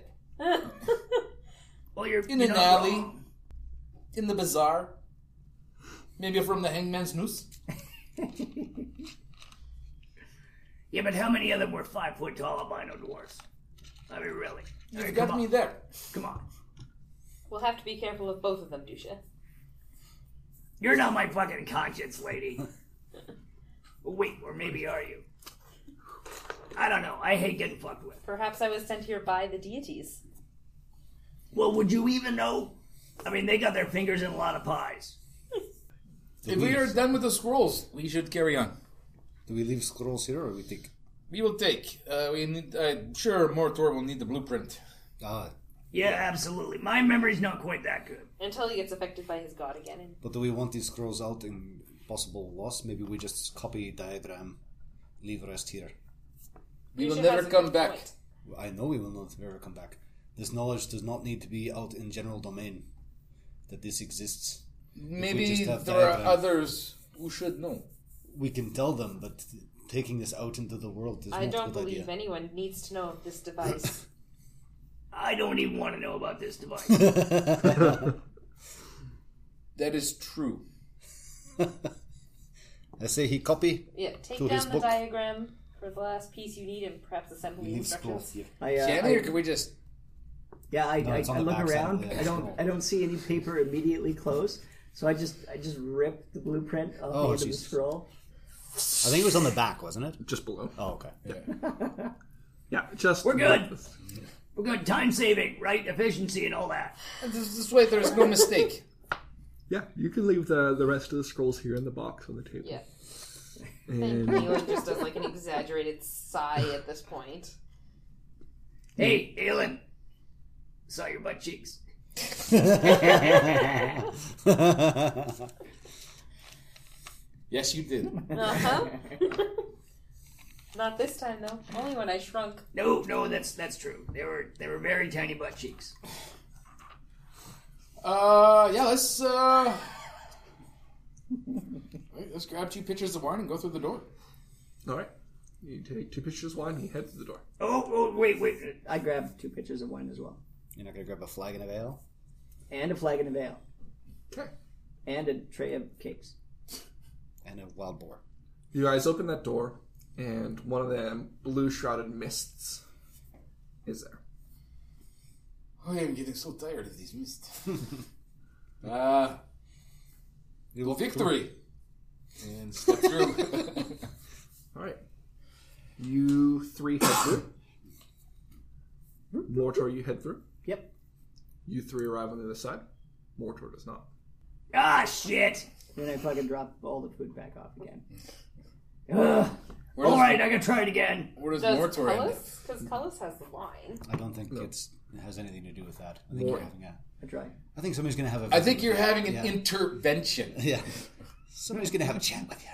Well, you're in you're an not alley, wrong. in the bazaar, maybe from the hangman's noose. Yeah, but how many of them were five foot tall albino dwarfs? I mean, really? I mean, come You got on. me there. Come on. We'll have to be careful of both of them, Dusha. You're not my fucking conscience, lady. Wait, or maybe are you? I don't know. I hate getting fucked with. Perhaps I was sent here by the deities. Well, would you even know? I mean, they got their fingers in a lot of pies. If we are done with the scrolls, we should carry on. Do we leave scrolls here, or we take? We will take. Uh, we need. Uh, sure, Mortor will need the blueprint. Ah, Yeah, absolutely. My memory's not quite that good. Until he gets affected by his god again. And but do we want these scrolls out in possible loss? Maybe we just copy diagram, leave rest here. We will Dusha never has a come good back. point. I know we will not ever come back. This knowledge does not need to be out in general domain. That this exists, Maybe just have there are diagram. others who should know. we can tell them, but taking this out into the world is I not a don't good believe idea. anyone needs to know of this device. I don't even want to know about this device. That is true. I say he copy. yeah, take To his down the book. diagram for the last piece you need and perhaps assemble the Leave scrolls instructions. here. I, uh, Can I- we, or can we just? Yeah, I, No, I, it's on I the look back side of around. the I don't. scroll. I don't see any paper immediately close. So I just I just rip the blueprint off Oh, the end of the Jesus. scroll. I think it was on the back, wasn't it? Just below. Oh, okay. Yeah, just. We're good. We're good. Time saving, right? Efficiency and all that. This, this way, there is no mistake. Yeah, you can leave the the rest of the scrolls here in the box on the table. Yeah. And Neelan just does like an exaggerated sigh at this point. Hey, Aelin. Saw your butt cheeks. Yes, you did. Uh-huh. Not this time though. Only when I shrunk. No, no, that's that's true. They were they were very tiny butt cheeks. Uh, yeah. Let's. Uh... Wait, let's grab two pitchers of wine and go through the door. all right, you take two pictures of wine. You head to the door. Oh, oh, wait, wait. I grab two pitchers of wine as well, You're not gonna grab a flagon of ale. and a flagon of ale, Okay. and a tray of cakes. and a wild boar. You guys open that door, and one of them blue shrouded mists is there. I am Oh, getting so tired of these mists. uh, well, victory! And step through. All right, you three head through. Mortor, you head through. Yep. You three arrive on the other side. Mortor does not. Ah, shit. Then I fucking drop all the food back off again. Ugh. Where All does, right, I gotta try it again. where does Does Mortor end up? Cullis? Because Cullis has the wine. I don't think it's it has anything to do with that. I think you're having a. I try. I think somebody's gonna have a. I think you're having an Yeah. intervention. Yeah. Somebody's gonna have a chat with you.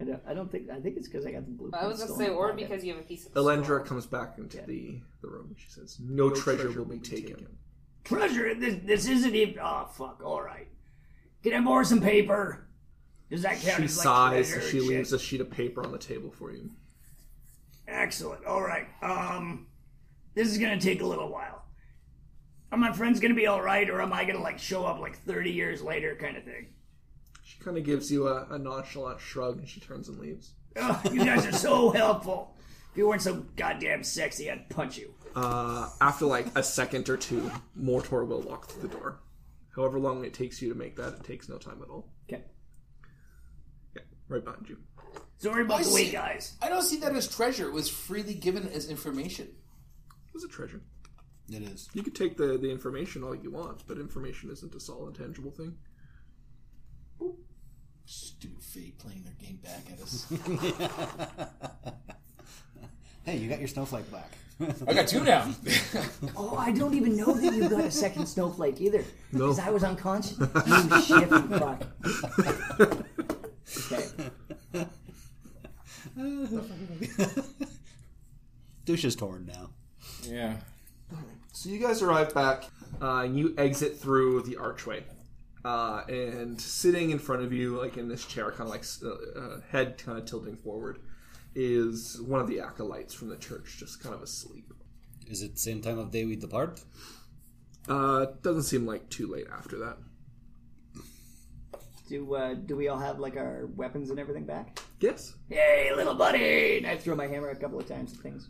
I don't, I don't think. I think it's because I got the blue. I was gonna say, or because you have a piece of Elendra comes back into the, the room. She says, "No, treasure, will be taken. Treasure. This this isn't even. Oh fuck. All right. Can I borrow some paper? Does that count She as like sighs treasure and and she shit? leaves a sheet of paper on the table for you. Excellent. All right. Um, this is gonna take a little while. Are my friends gonna be all right, or am I gonna like show up like thirty years later, kind of thing? She kind of gives you a, a nonchalant shrug and she turns and leaves. Oh, you guys are so helpful. If you weren't so goddamn sexy, I'd punch you. Uh, after like a second or two, Mortor will walk through the door. However long it takes you to make that, it takes no time at all. Okay. Yeah, right behind you. Sorry about I the wait, see. guys. I don't see that as treasure. It was freely given as information. It was a treasure. It is. You could take the, the information all you want, but information isn't a solid, tangible thing. Stupid Faye playing their game back at us. Hey, you got your snowflake back. I got two now. Oh, I don't even know that you got a second snowflake either. No. Because I was unconscious. You shifty fuck. Okay. Douche is torn now. yeah. So you guys arrive back, uh, and you exit through the archway. Uh, and sitting in front of you, like in this chair, kind of like s- uh, uh, head kind of tilting forward, is one of the acolytes from the church, just kind of asleep. Is it the same time of day we depart? Uh, doesn't seem like too late after that. Do uh, do we all have like our weapons and everything back? Yes. Hey, little buddy! And I throw my hammer a couple of times at things.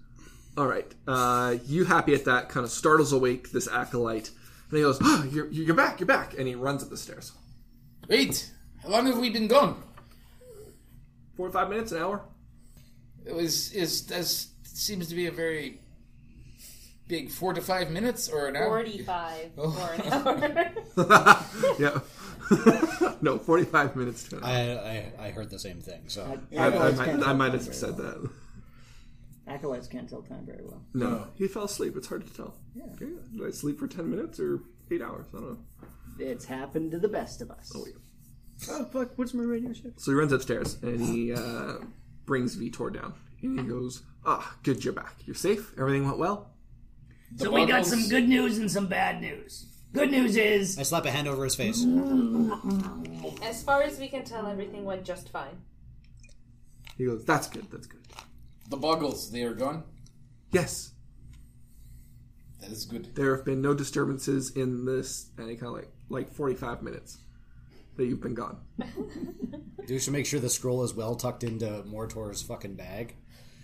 All right. Uh, you happy at that? Kind of startles awake this acolyte, and he goes, oh, "You're you're back! You're back!" And he runs up the stairs. Wait, how long have we been gone? Four or five minutes, an hour. It was is this seems to be a very big four to five minutes or an hour. 45 or an hour. yeah. no, forty-five minutes to an hour. I, I I heard the same thing. So I, I, Acolytes can't might, I tell might time have very said that. well. Acolytes can't tell time very well. No, he fell asleep. It's hard to tell. Yeah. Did I sleep for ten minutes or eight hours? I don't know. It's happened to the best of us. Oh, yeah. Oh, fuck! What's my radio show? So he runs upstairs and he uh, brings Vitor down. And he goes, Ah, good, you're back. You're safe. Everything went well. So we got some good news and some bad news. Good news is I slap a hand over his face. as far as we can tell, everything went just fine. He goes, That's good. That's good. The boggles, they are gone. Yes, That is good. there have been no disturbances in this, and he kind of like, like 45 minutes that you've been gone. Do should make sure the scroll is well tucked into Mortor's fucking bag.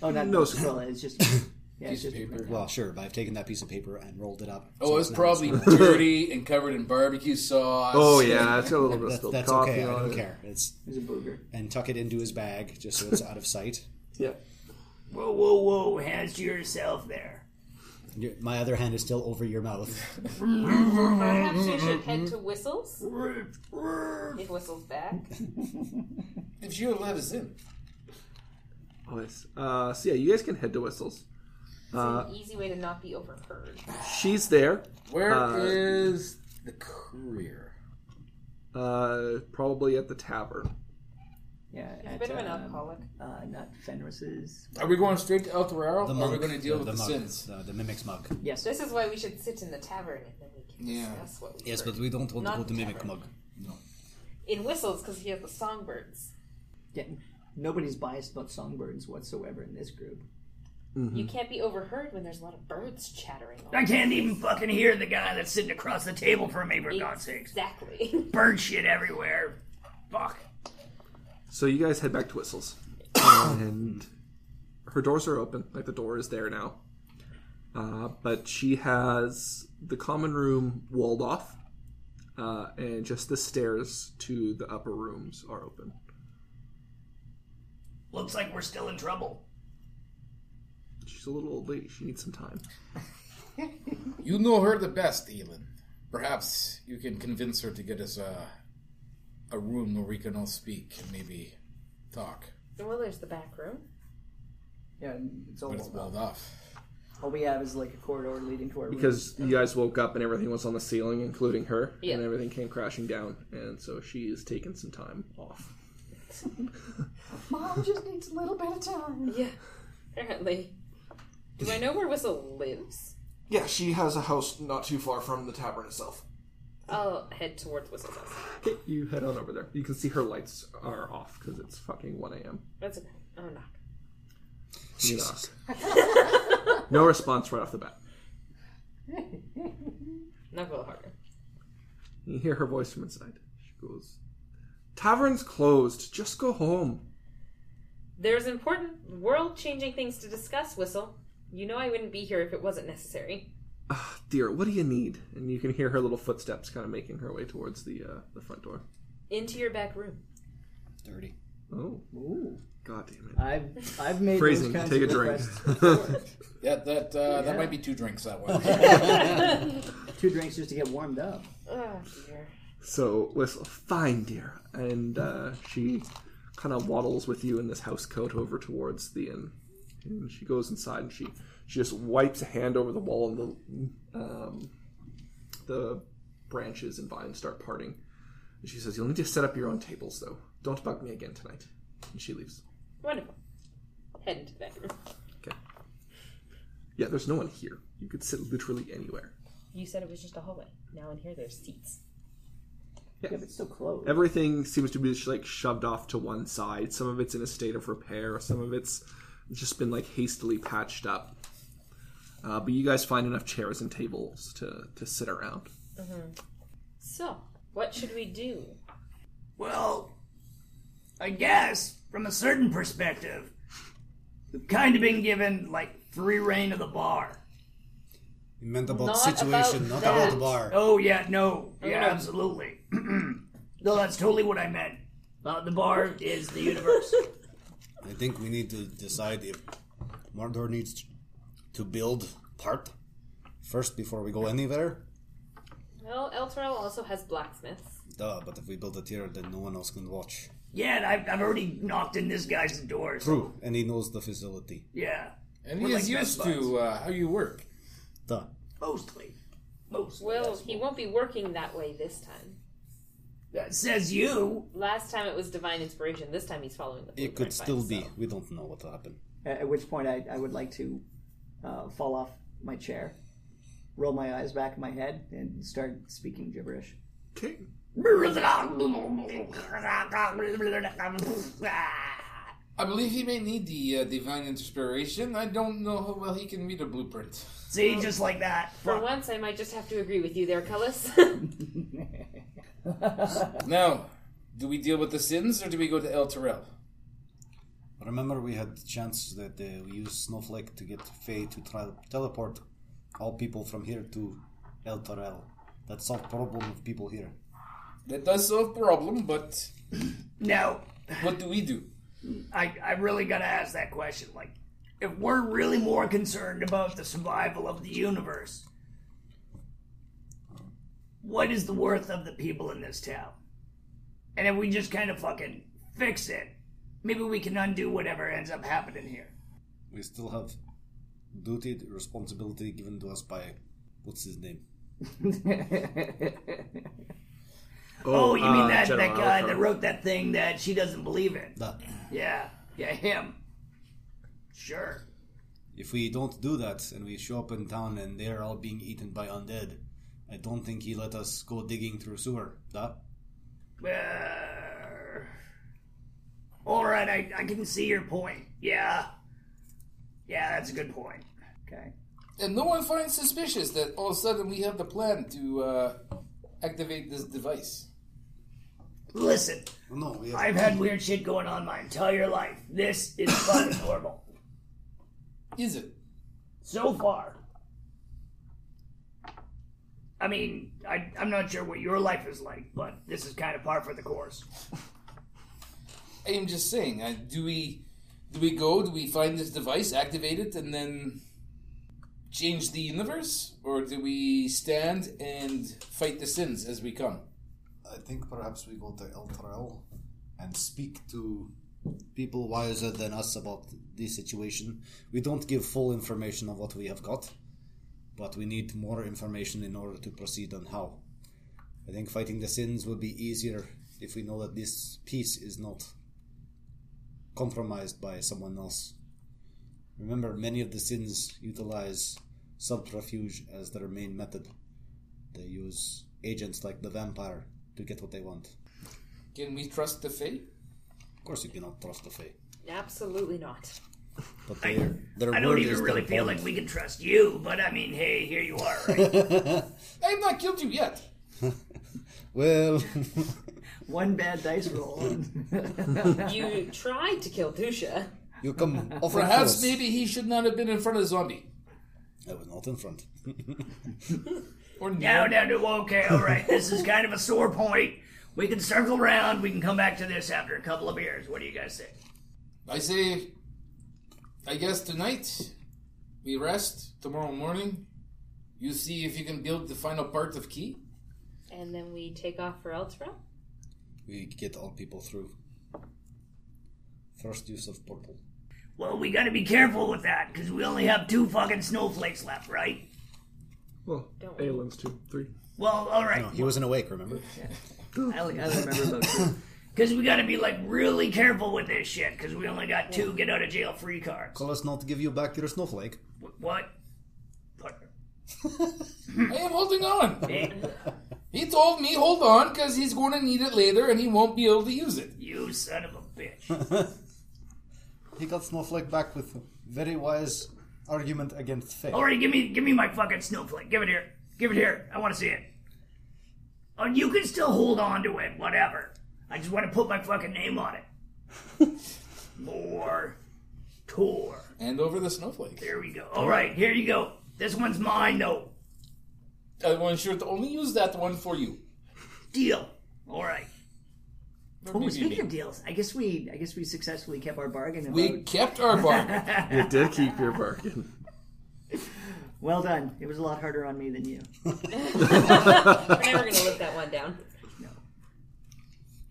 Oh, not No, no, sir. Skrilla. It's just yeah, it's Piece of just paper. Well, sure, but I've taken that piece of paper and rolled it up. Oh, So it's now probably dirty and covered in barbecue sauce. Oh, yeah, it's got a little bit of That, spilled that's coffee okay. I on don't it. care. It's it's a booger. and tuck it into his bag just so it's out of sight. Yeah. whoa, whoa, whoa! Hands to yourself there. And your- My other hand is still over your mouth. Perhaps we should head to Whistles. If Whistles back. If you let us in. Oh, yes. Uh, so, yeah, you guys can head to Whistles. Uh, it's an easy way to not be overheard. She's there, Where is Uh, the courier? uh, probably at the tavern. Yeah, He's a at, bit of an um, alcoholic. Uh, not Fenris's. Are we going straight to El Torero? or are we monk- going to deal with the, mug, sins? The, the mimic's mug. Yes. This is why we should sit in the tavern and then we can Yeah. discuss what we Yes, heard. but we don't want Not to go to the mimic tavern. mug. In Whistles, because he has the songbirds. Yeah, nobody's biased about songbirds whatsoever in this group. Mm-hmm. You can't be overheard when there's a lot of birds chattering. On. I can't even fucking hear the guy that's sitting across the table from me. For God's sakes, Exactly. bird shit everywhere. Fuck. So you guys head back to Whistles, and her doors are open. Like the door is there now, uh, but she has the common room walled off, uh, and just the stairs to the upper rooms are open. Looks like we're still in trouble. She's a little old lady. She needs some time. You know her the best, Elin. Perhaps you can convince her to get us a, a room where we can all speak and maybe talk. well, there's the back room. Yeah, and it's all. But it's walled off. All we have is like a corridor leading to our room. Because you guys woke up and everything was on the ceiling, including her, Yeah. and everything came crashing down, and so she is taking some time off. Mom just needs a little bit of time. Yeah, apparently. Do I know where Whistle lives? Yeah, she has a house not too far from the tavern itself. I'll head towards Whistle's house. Okay, you head on over there. You can see her lights are off because it's fucking 1 a.m. That's okay. I'll knock. You knock. no response right off the bat. Knock a little harder. You hear her voice from inside. She goes, Tavern's closed. Just go home. There's important world changing things to discuss, Whistle. You know I wouldn't be here if it wasn't necessary. "Ah, Dear, what do you need? And you can hear her little footsteps kind of making her way towards the uh, the front door. Into your back room. Dirty. Oh, Ooh, god damn it. I've I've made Phrasing, Those kinds take a of drink. requests. That that uh, that might be two drinks that one. Two drinks just to get warmed up. Oh, dear. so, whistle, fine, dear. And uh, she kind of waddles with you in this house coat over towards the inn. And she goes inside and she, she just wipes a hand over the wall and the um, the branches and vines start parting. And she says, You'll need to set up your own tables, though. Don't bug me again tonight. And she leaves. Wonderful. Head into the back room. Okay. Yeah, there's no one here. You could sit literally anywhere. You said it was just a hallway. Now in here there's seats. Yeah, but it's still closed. Everything seems to be sh- like shoved off to one side. Some of it's in a state of repair, some of it's just been like hastily patched up. Uh, but you guys find enough chairs and tables to, to sit around. Mhm. So, what should we do? Well, I guess from a certain perspective, we've kind of been given like free reign of the bar. You meant about Not the situation, about not about the that. bar. Oh yeah, no, yeah, no. absolutely. no, that's totally what I meant. Uh, the bar is the universe. I think we need to decide if Mordor needs to build part first before we go anywhere. Well, Elturel also has blacksmiths. Duh, but if we build it here, then no one else can watch. yeah, and I've, I've already knocked in this guy's door. so- True, and he knows the facility. Yeah. And We're he is like best used buds. to uh, how you work. Duh. Mostly. Mostly. Well, he won't be working that way this time. That says you. Last time it was divine inspiration. This time he's following the. It blueprint could by still himself. be. We don't know what will happen. At at which point, I, I would like to uh, fall off my chair, roll my eyes back in my head, and start speaking gibberish. Okay. I believe he may need the uh, divine inspiration. I don't know how well he can read a blueprint. See, just like that. For once, I might just have to agree with you there, Cullis. Now, do we deal with the sins or do we go to El Terrell? Remember, we had the chance that uh, we used Snowflake to get Faye to tra- teleport all people from here to El Torel. That solved problem of people here. That does solve problem, but now what do we do? I, I really gotta ask that question. Like, if we're really more concerned about the survival of the universe, what is the worth of the people in this town? And if we just kind of fucking fix it, maybe we can undo whatever ends up happening here. We still have duty, responsibility given to us by what's his name? Oh, you mean uh, that, that General guy that Alcor. wrote that thing that she doesn't believe in? That. Yeah, yeah, him. Sure. If we don't do that and we show up in town and they're all being eaten by undead, I don't think he let us go digging through sewer. Da? Uh, all right, I, I can see your point. Yeah. Yeah, that's a good point. Okay. And no one finds suspicious that all of a sudden we have the plan to uh, activate this device. Listen, No, we have I've had weird shit going on my entire life. This is fucking normal. Is it? So far. I mean, I, I'm not sure what your life is like, but this is kind of par for the course. I am just saying. Uh, do we do we go? Do we find this device, activate it, and then change the universe, or do we stand and fight the sins as we come? I think perhaps we go to El Torel and speak to people wiser than us about the situation. We don't give full information on what we have got, but we need more information in order to proceed on how. I think fighting the sins will be easier if we know that this peace is not compromised by someone else. Remember, many of the sins utilize subterfuge as their main method. They use agents like the vampire to get what they want. Can we trust the Fae? Of course, you cannot trust the Fae, Absolutely not. but their their I word don't even is really their feel bond. like we can trust you, but I mean, hey, here you are, right? I have not killed you yet. well, One bad dice roll. You tried to kill Dusha. you come off Perhaps close. maybe he should not have been in front of the zombie. I was not in front. Or No, no, no. Okay, all right. This is kind of a sore point. We can circle around. We can come back to this after a couple of beers. What do you guys think? I say, I guess tonight we rest. Tomorrow morning, you see if you can build the final part of Key. And then we take off for Eltra. we get all people through. First use of portal. Well, we got to be careful with that because we only have two fucking snowflakes left, right? Well, Aelin's two, three. Well, all right. No, he wasn't awake. Remember? I, only- I only remember about two. Because we got to be like really careful with this shit because we only got two get out of jail free cards. Call us not to give you back your snowflake. Wh- What? Fucker. I am holding on. He told me hold on because he's going to need it later and he won't be able to use it. You son of a bitch. He got Snowflake back with very wise argument against fate. Alright, give me give me my fucking snowflake. Give it here. Give it here. I want to see it. Oh, you can still hold on to it, whatever. I just want to put my fucking name on it. More tour. And over the snowflake. There we go. Alright, here you go. This one's mine though. I want you to only use that one for you. Deal. Alright. Or Oh, maybe speaking me. of deals, I guess we I guess we successfully kept our bargain. We about- kept our bargain. You did keep your bargain. well done. It was a lot harder on me than you. We're never going to live that one down.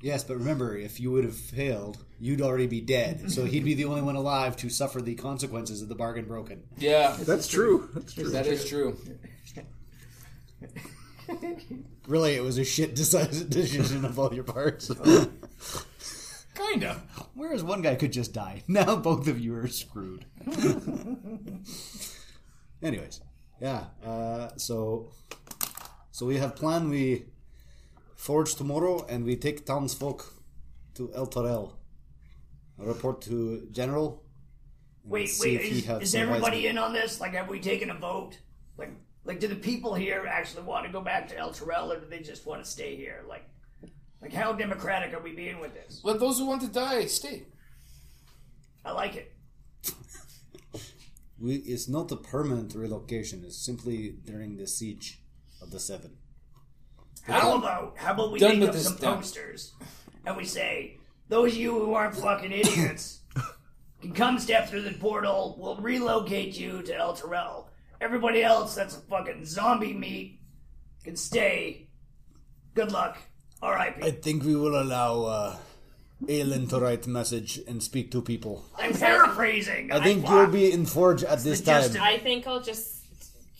Yes, but remember, if you would have failed, you'd already be dead. So he'd be the only one alive to suffer the consequences of the bargain broken. yeah, That's true. That's true. that is true. Really, it was a shit deci- decision of all your parts. Kinda. Whereas one guy could just die. Now both of you are screwed. Anyways, yeah. Uh, so, so we have plan. We forge tomorrow, and we take townsfolk to El Torel. Report to general. Wait, see wait, if he is, has is some everybody in advisement. on this? Like, have we taken a vote? Like, like, do the people here actually want to go back to El Terrell, or do they just want to stay here? Like, like, how democratic are we being with this? Let those who want to die stay. I like it. We, it's not a permanent relocation. It's simply during the siege of the Seven. How about how about we Done make with up this some stuff. posters and we say, those of you who aren't fucking idiots can come step through the portal. We'll relocate you to El Terrell. Everybody else that's fucking zombie meat can stay. Good luck. R.I.P. I think we will allow uh, Aelin to write message and speak to people. I'm paraphrasing. I think you'll be in Forge at this the gist time. of- I think I'll just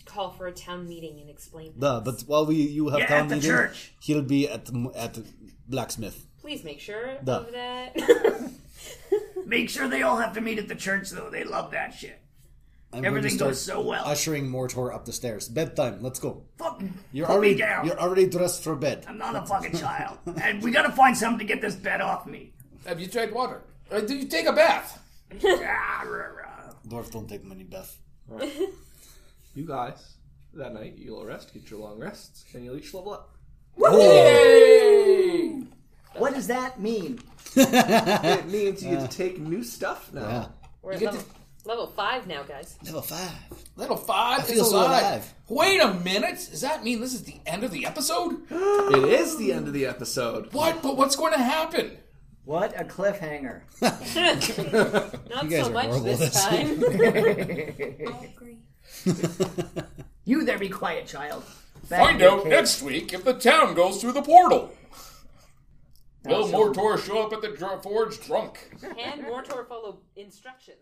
call for a town meeting and explain. Duh, but while we you have Yeah, town at the meeting, church. he'll be at m- at blacksmith. Please make sure Duh. of that. Make sure they all have to meet at the church, though. They love that shit. I'm going to Everything start goes so well. Ushering Mortor up the stairs. Bedtime. Let's go. Fucking You're put already me down. you're already dressed for bed. I'm not a fucking child, and we gotta find something to get this bed off me. Have you tried water? Uh, do you take a bath? Ah, rah, rah. Dwarf, don't take money, Beth. You guys, that night you'll rest, get your long rests, and you'll each level up. What does that mean? It means you get to take new stuff now. Yeah. We're at get level, level five now, guys. Level five. Little five is feel so alive. alive. Wait a minute. Does that mean this is the end of the episode? It is the end of the episode. What? But what's going to happen? What a cliffhanger! Not guys so are much horrible this at time. I agree. You there, be quiet, child. Back Find to your out cave. next week if the town goes through the portal. Will Awesome. Mortor show up at the dr- forge drunk? Can Mortor follow instructions?